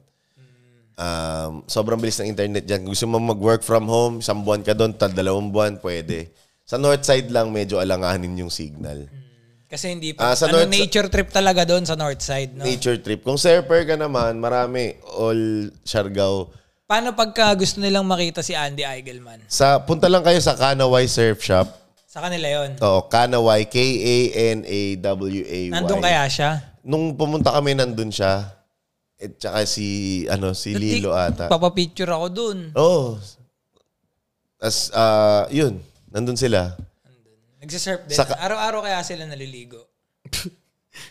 Speaker 2: Um, sobrang bilis ng internet diyan. Gusto mo mag-work from home, isang buwan ka doon, ta- dalawang buwan, pwede. Sa north side lang, medyo alanganin yung signal.
Speaker 1: Mm. Kasi hindi
Speaker 2: Ah,
Speaker 1: pa.
Speaker 2: sa
Speaker 1: ano,
Speaker 2: north-
Speaker 1: nature trip talaga doon sa north side, no?
Speaker 2: Nature trip. Kung surfer ka naman, marami. All Siargao.
Speaker 1: Paano pagka gusto nilang makita si Andy Eigelman?
Speaker 2: Sa, punta lang kayo sa Kanaway Surf Shop.
Speaker 1: Sa kanila yon.
Speaker 2: Oo, Kanaway. K-A-N-A-W-A-Y.
Speaker 1: Nandun kaya siya?
Speaker 2: Nung pumunta kami, nandun siya. At saka si, ano, si Lilo ata.
Speaker 1: Papapicture ako doon.
Speaker 2: Oo. Oh, As, ah, yun. Nandun sila.
Speaker 1: Nagsisurf din.
Speaker 2: Saka-
Speaker 1: Araw-araw kaya sila naliligo.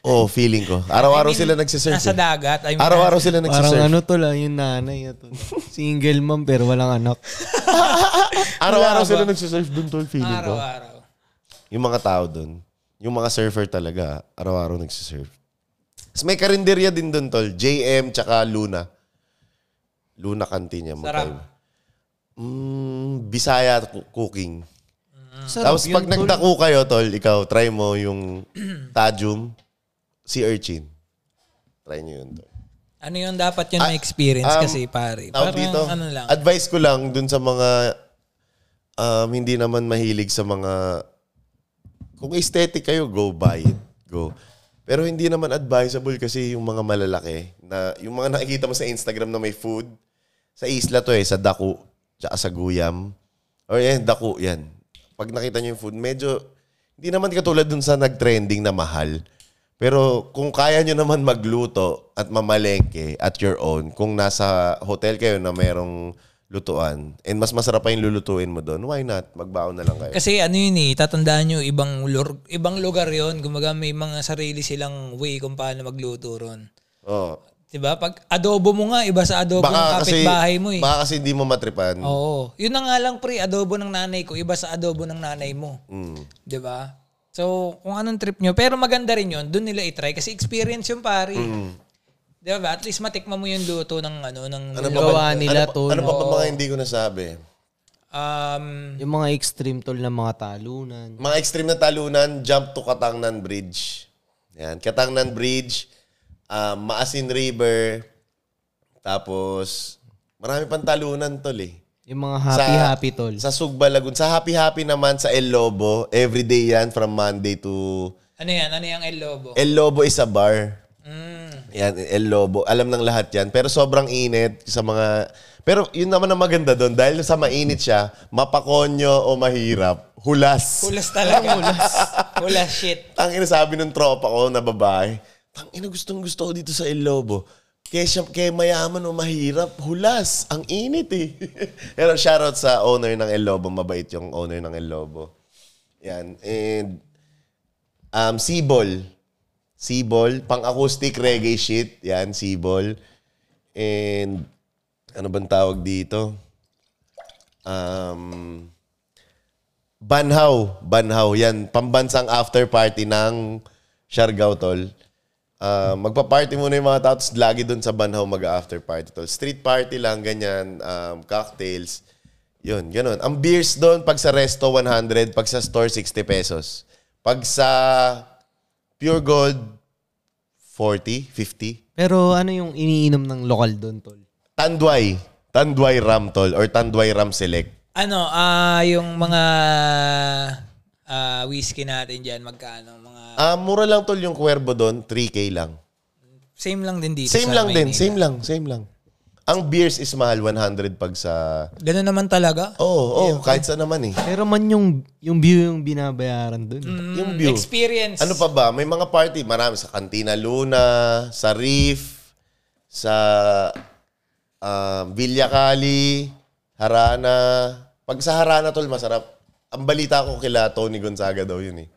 Speaker 2: Oh, feeling ko. Araw-araw
Speaker 1: I mean,
Speaker 2: sila nagsisurf.
Speaker 1: Nasa
Speaker 2: eh.
Speaker 1: dagat. I mean,
Speaker 2: Araw-araw sila
Speaker 3: Parang
Speaker 2: nagsisurf.
Speaker 3: ano tol, ah, yung nanay. ah, tol. Single mom pero walang anak.
Speaker 2: Araw-araw sila nagsisurf dun, tol, feeling ko.
Speaker 1: Araw-araw.
Speaker 2: Yung mga tao dun. Yung mga surfer talaga, araw-araw nagsisurf. Tapos may karinderya din dun, tol. JM tsaka Luna. Luna Cantina mo.
Speaker 1: Sarap.
Speaker 2: Mm, Bisaya cu- cooking.
Speaker 3: Mm. Sarap
Speaker 2: Tapos pag
Speaker 3: yun, tol.
Speaker 2: nagdaku kayo, tol, ikaw, try mo yung Tajum, si Urchin. Try nyo yun, tol.
Speaker 1: Ano yun dapat yun may experience
Speaker 2: um,
Speaker 1: kasi pare.
Speaker 2: Tawag
Speaker 1: Parang
Speaker 2: dito,
Speaker 1: ano lang.
Speaker 2: advice ko lang dun sa mga um, hindi naman mahilig sa mga kung aesthetic kayo, go buy it. Go. Pero hindi naman advisable kasi yung mga malalaki na yung mga nakikita mo sa Instagram na may food sa isla to eh, sa Daku, tsaka sa Guyam. Or yan, Daku, yan. Pag nakita nyo yung food, medyo hindi naman katulad dun sa nag-trending na mahal. Pero kung kaya nyo naman magluto at mamalengke at your own, kung nasa hotel kayo na merong lutuan, and mas masarap pa yung lulutuin mo doon, why not? Magbaon na lang kayo.
Speaker 1: Kasi ano yun eh, tatandaan nyo, ibang, lur- ibang lugar yun. Gumaga may mga sarili silang way kung paano magluto ron.
Speaker 2: Oo.
Speaker 1: Tin- Diba? Pag adobo mo nga, iba sa adobo ng kapitbahay mo eh. Oh.
Speaker 2: baka kasi hindi mo matripan.
Speaker 1: Oo. Yun na nga lang pre, adobo ng nanay ko, iba sa adobo ng nanay mo.
Speaker 2: Mm.
Speaker 1: 'Di ba? So, kung anong trip nyo. Pero maganda rin yun. Doon nila itry. Kasi experience yung pare.
Speaker 2: Mm.
Speaker 1: Di ba? At least matikma mo yung luto ng ano, ng
Speaker 2: Ano pa
Speaker 3: Gawa
Speaker 2: ba-
Speaker 3: nila,
Speaker 2: ano, pa-
Speaker 3: tol.
Speaker 2: Ano pa ba mga hindi ko nasabi?
Speaker 1: um,
Speaker 3: Yung mga extreme tol na mga talunan.
Speaker 2: Mga extreme na talunan, jump to Katangnan Bridge. Yan. Katangnan Bridge, ah, Maasin River, tapos marami pang talunan tol eh.
Speaker 3: Yung mga happy-happy tol.
Speaker 2: Sa Sugba, Lagoon. Sa Happy Happy naman, sa El Lobo, everyday yan from Monday to...
Speaker 1: ano yan? Ano yung El Lobo?
Speaker 2: El Lobo is a bar.
Speaker 1: Mm.
Speaker 2: Yan, El Lobo. Alam ng lahat yan. Pero sobrang init sa mga... Pero yun naman ang maganda doon. Dahil sa mainit siya, mapakonyo o mahirap, hulas.
Speaker 1: Kulas talaga. Kulas. Kulas shit.
Speaker 2: Ang inasabi ng tropa ko na babae, tang ina gustong gusto ko dito sa El Lobo. Kaya, kaya mayaman o mahirap, hulas. Ang init eh. Pero shoutout sa owner ng El Lobo. Mabait yung owner ng El Lobo. Yan. And um, Sibol. Sibol. Pang-acoustic reggae shit. Yan, Sibol. And ano bang tawag dito? Um, Banhaw. Banhaw. Yan. Pambansang after party ng Siargao, tol. Ah, magpa-party muna yung mga tao, tapos lagi dun sa Banhaw mag-after party, tol. Street party lang, ganyan. Um, cocktails. Yun, ganun. Ang beers doon, pag sa resto, 100. Pag sa store, 60 pesos. Pag sa Pure Gold, 40, 50.
Speaker 3: Pero ano yung iniinom ng lokal doon tol?
Speaker 2: Tandway. Tandway Ram, tol. Or Tandway Ram Select.
Speaker 1: Ano, ah yung mga ah whiskey natin dyan, magkano? Mga,
Speaker 2: Ah, mura lang, tol, yung Cuervo doon. 3K lang.
Speaker 1: same lang din dito.
Speaker 2: Same
Speaker 1: sa
Speaker 2: lang din,
Speaker 1: Maynila.
Speaker 2: same lang, same lang. Ang beers is mahal 100 pag sa
Speaker 1: Ganun naman talaga.
Speaker 2: Oh, oh, kahit sa naman eh.
Speaker 3: Pero man yung yung view yung binabayaran doon.
Speaker 1: Mm,
Speaker 2: Yung view.
Speaker 1: Experience.
Speaker 2: Ano pa ba? May mga party, marami sa Cantina Luna, sa Reef, sa ah, Villa Cali, Harana. Pag sa Harana tol masarap. Ang balita ko kila Tony Gonzaga daw yun eh.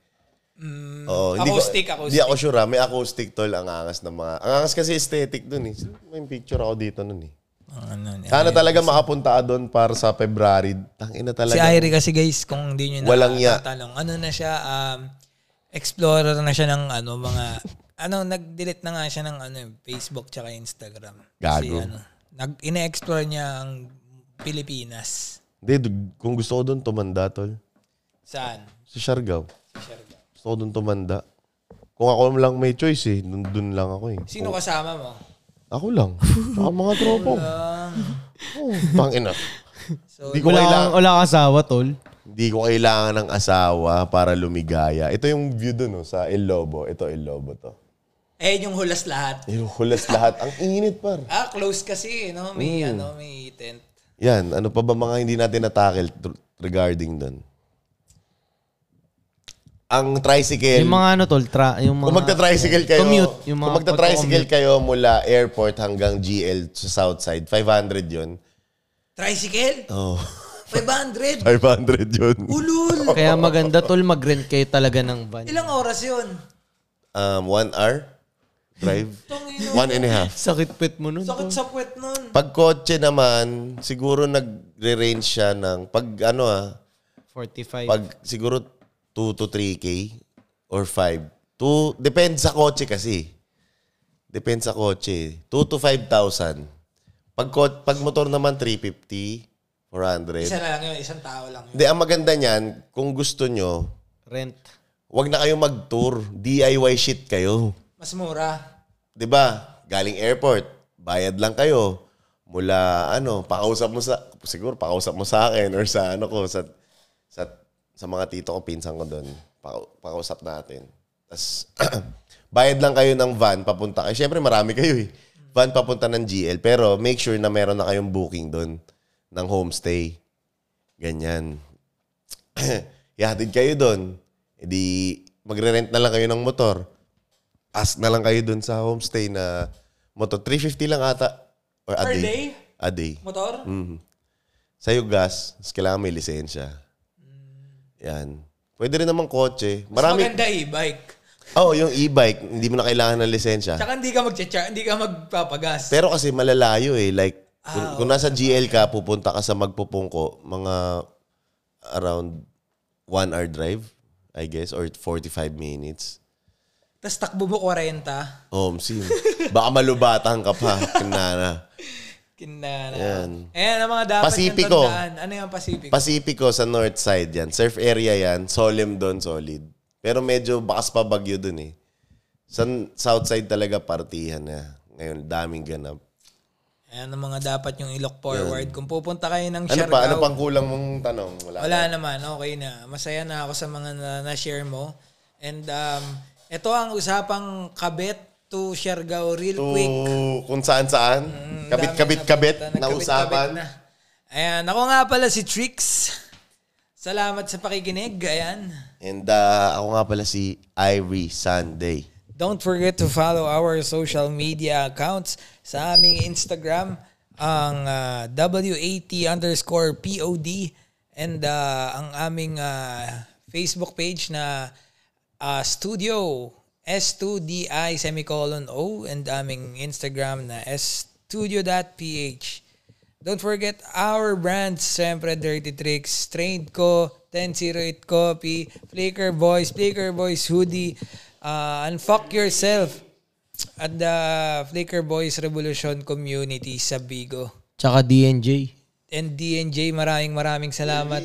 Speaker 1: Mm,
Speaker 2: Oo,
Speaker 1: acoustic,
Speaker 2: ko,
Speaker 1: acoustic.
Speaker 2: Hindi ako sure. ah. May acoustic tol ang angas ng mga. Ang angas kasi aesthetic dun eh. May picture ako dito nun eh.
Speaker 1: ano, yan.
Speaker 2: Sana talaga makapunta ka doon para sa February. Tangina talaga.
Speaker 1: Si Irie kasi guys, kung hindi nyo na
Speaker 2: Walang ya.
Speaker 1: tatanong, ano na siya, um, explorer na siya ng ano, mga, ano, nag-delete na nga siya ng ano, Facebook tsaka Instagram. Kasi
Speaker 2: Gago.
Speaker 1: ano, nag, ina-explore niya ang Pilipinas.
Speaker 2: Hindi, dug- kung gusto ko doon tumanda, tol.
Speaker 1: Saan?
Speaker 2: Sa Siargao.
Speaker 1: Share ka.
Speaker 2: Gusto ko doon tumanda. Kung ako lang may choice eh, dun, dun lang ako eh.
Speaker 1: Sino kasama mo? Um,
Speaker 2: Ako lang. Saka mga tropa ko. Oh, tangina.
Speaker 1: So,
Speaker 2: Hindi ko,
Speaker 3: Wala
Speaker 2: kailangan,
Speaker 3: kang wala kang asawa tol.
Speaker 2: hindi ko kailangan ng asawa para lumigaya. Ito yung view doon oh, sa El Lobo. Ito El Lobo to.
Speaker 1: eh, yung hulas lahat.
Speaker 2: Yung hulas lahat. Ang init par.
Speaker 1: Ah, close kasi, no? May, ano, may tent.
Speaker 2: Yan, ano pa ba mga hindi natin natackle tr- regarding doon? Ang tricycle.
Speaker 3: Yung mga ano tol, tra, yung mga
Speaker 2: Kung magta-tricycle kayo,
Speaker 3: Commute, yung mga
Speaker 2: kung magta-tricycle kayo mula airport hanggang GL sa south side, 500 yun.
Speaker 1: Tricycle?
Speaker 2: Oh.
Speaker 1: 500?
Speaker 2: 500 yun.
Speaker 1: Ulul!
Speaker 3: Kaya maganda tol, mag-rent kayo talaga ng van.
Speaker 1: Ilang oras yun?
Speaker 2: Um, one hour drive.
Speaker 1: Tangina.
Speaker 2: one and a half.
Speaker 3: Sakit pet mo nun.
Speaker 1: Sakit sa puwet nun.
Speaker 2: Pag kotse naman, siguro nagre-range siya ng, pag ano ah,
Speaker 3: 45.
Speaker 2: pag siguro 2 to 3K or 5. Two, depends sa kotse kasi. Depends sa kotse. 2 to 5,000. Pag, kot- pag motor naman, 350, 400.
Speaker 1: Isa na lang yun, isang tao lang yun.
Speaker 2: Hindi, ang maganda niyan, kung gusto nyo,
Speaker 3: Rent.
Speaker 2: wag na kayo mag-tour. DIY shit kayo.
Speaker 1: Mas mura.
Speaker 2: 'Di ba? Galing airport, bayad lang kayo. Mula ano, pakausap mo sa siguro pakausap mo sa akin or sa ano ko sa sa sa mga tito ko pinsan ko doon. Paka- Pakausap natin. Tapos bayad lang kayo ng van papunta kayo. Syempre marami kayo eh. Van papunta ng GL pero make sure na meron na kayong booking doon ng homestay. Ganyan. Ihatid kayo doon. E di magre-rent na lang kayo ng motor. Ask na lang kayo doon sa homestay na motor. 350 lang ata. Or a
Speaker 1: Per
Speaker 2: day.
Speaker 1: day?
Speaker 2: A day.
Speaker 1: Motor?
Speaker 2: Sa'yo gas, tapos kailangan may lisensya. Yan. Pwede rin naman kotse.
Speaker 1: Hmm. Mas
Speaker 2: Marami,
Speaker 1: eh, maganda e-bike.
Speaker 2: Oo, oh, yung e-bike, hindi mo na kailangan ng lisensya.
Speaker 1: Tsaka hindi ka magcha hindi ka magpapagas.
Speaker 2: Pero kasi malalayo eh. Like, kung, kung nasa GL ka, pupunta ka sa magpupungko, mga around one hour drive, I guess, or 45 minutes.
Speaker 1: Tapos takbo mo 40.
Speaker 2: Home sim. Baka malubatan ka pa. Kanana.
Speaker 1: Kinala.
Speaker 2: Yan.
Speaker 1: Ayan ang mga dapat
Speaker 2: Pacifico.
Speaker 1: yung tandaan. Ano yung Pacifico?
Speaker 2: Pacifico sa north side yan. Surf area yan. Solemn doon, solid. Pero medyo bakas pa bagyo doon eh. Sa n- south side talaga partihan na. Ngayon, daming ganap.
Speaker 1: Ayan ang mga dapat yung ilook forward. Kung pupunta kayo ng
Speaker 2: Ano
Speaker 1: Siargao,
Speaker 2: pa? Ano pang kulang mong tanong? Wala.
Speaker 1: wala naman. Okay na. Masaya na ako sa mga na- na-share mo. And um, ito ang usapang kabet to Siargao real
Speaker 2: To
Speaker 1: quick.
Speaker 2: kung saan saan.
Speaker 1: Mm, Ang
Speaker 2: Kabit,
Speaker 1: dami
Speaker 2: kabit, kabit
Speaker 1: napunta.
Speaker 2: na
Speaker 1: Nagkabit-kabit
Speaker 2: usapan.
Speaker 1: na. Ayan. Ako nga pala si Trix. Salamat sa pakikinig. Ayan.
Speaker 2: And uh, ako nga pala si Irie Sunday.
Speaker 1: Don't forget to follow our social media accounts sa aming Instagram, ang ah, WAT underscore POD and ah, ang aming ah, Facebook page na ah, Studio S2DI semicolon O and aming Instagram na studio.ph. Don't forget our brands, siyempre Dirty Tricks, Trained Co, 1008 Copy, Flicker Boys, Flicker Boys Hoodie, uh, Unfuck Yourself, at the Flicker Boys Revolution Community sa Bigo.
Speaker 3: Tsaka DNJ.
Speaker 1: And DNJ, maraming maraming salamat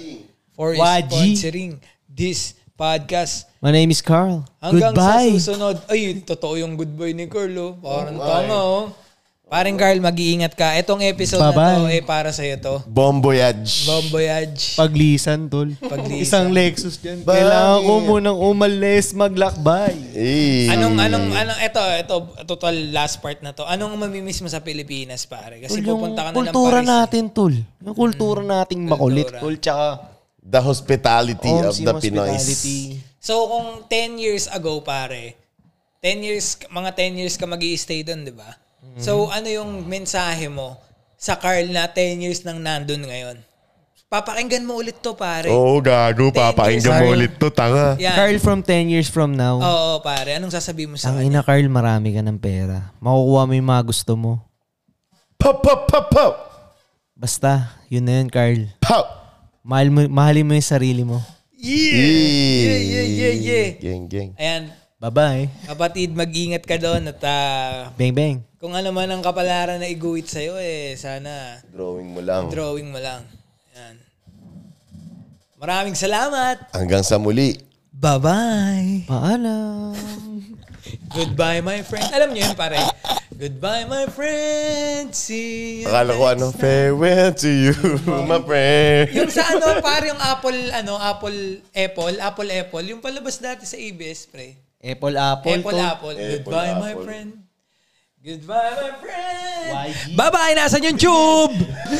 Speaker 1: for
Speaker 3: YG.
Speaker 1: sponsoring this podcast.
Speaker 3: My name is Carl.
Speaker 1: Hanggang
Speaker 3: Goodbye.
Speaker 1: sa susunod. Ay, totoo yung goodbye ni Carl, oh. Parang tama, oh. Paring Carl, mag-iingat ka. Itong episode na to,
Speaker 3: Bye-bye.
Speaker 1: eh, para sa'yo to.
Speaker 2: Bon voyage.
Speaker 1: Bon voyage.
Speaker 3: Paglisan, tol.
Speaker 1: Paglisan.
Speaker 3: Isang Lexus dyan.
Speaker 2: Bakit?
Speaker 3: Kailangan ko munang umalis, maglakbay.
Speaker 2: Eh.
Speaker 1: Anong anong anong ito ito total last part na to. Anong mamimiss mo sa Pilipinas pare? Kasi pupunta ka na ng
Speaker 3: kultura
Speaker 1: Paris.
Speaker 3: natin, tol. Yung kultura nating makulit,
Speaker 1: Kultura.
Speaker 3: tol. Tsaka,
Speaker 2: The hospitality
Speaker 3: Om
Speaker 2: Mm. of
Speaker 3: Sim
Speaker 2: the Pinoys.
Speaker 3: Hospitality.
Speaker 1: So kung 10 years ago pare, 10 years mga 10 years ka magi-stay doon, 'di ba?
Speaker 3: Mm-hmm.
Speaker 1: So ano yung mensahe mo sa Carl na 10 years nang nandun ngayon? Papakinggan mo ulit to pare.
Speaker 2: Oo, oh, gago. Papakinggan mo
Speaker 3: Sorry.
Speaker 2: ulit to, tanga.
Speaker 1: Yan.
Speaker 3: Carl, from 10 years from now,
Speaker 1: Oo, pare. Anong sasabihin mo sa
Speaker 3: ang
Speaker 1: kanya?
Speaker 3: ina, Carl, marami ka ng pera. Makukuha mo yung mga gusto mo.
Speaker 2: Pop, pop, pop, pop.
Speaker 3: Basta, yun na yun, Carl.
Speaker 2: Pop.
Speaker 3: Mahal mo, mahalin mo yung sarili mo.
Speaker 2: Yeah,
Speaker 1: yeah, yeah, yeah.
Speaker 2: Gang, gang.
Speaker 1: Ayan,
Speaker 3: Bye-bye.
Speaker 1: kapatid, mag-ingat ka doon at ah,
Speaker 3: Bang, bang.
Speaker 1: kung ano man ang kapalaran na iguhit sa'yo, eh, sana
Speaker 2: Drawing mo lang.
Speaker 1: Drawing mo lang. Yan. Maraming salamat.
Speaker 2: Hanggang sa muli.
Speaker 1: Bye-bye.
Speaker 3: Paalam.
Speaker 1: Goodbye, my friend. Alam niyo yun, pare. Goodbye, my friend. See you.
Speaker 2: Akala ko ano, farewell to you, my friend.
Speaker 1: Yung sa ano, pare, yung Apple, ano, Apple, Apple, Apple, Apple. Yung palabas dati sa ABS, pre.
Speaker 3: Apple, apple.
Speaker 1: Apple,
Speaker 3: tol.
Speaker 1: Apple. Goodbye, my friend. Goodbye, my friend.
Speaker 3: YG.
Speaker 1: Bye-bye. Nasaan yung tube?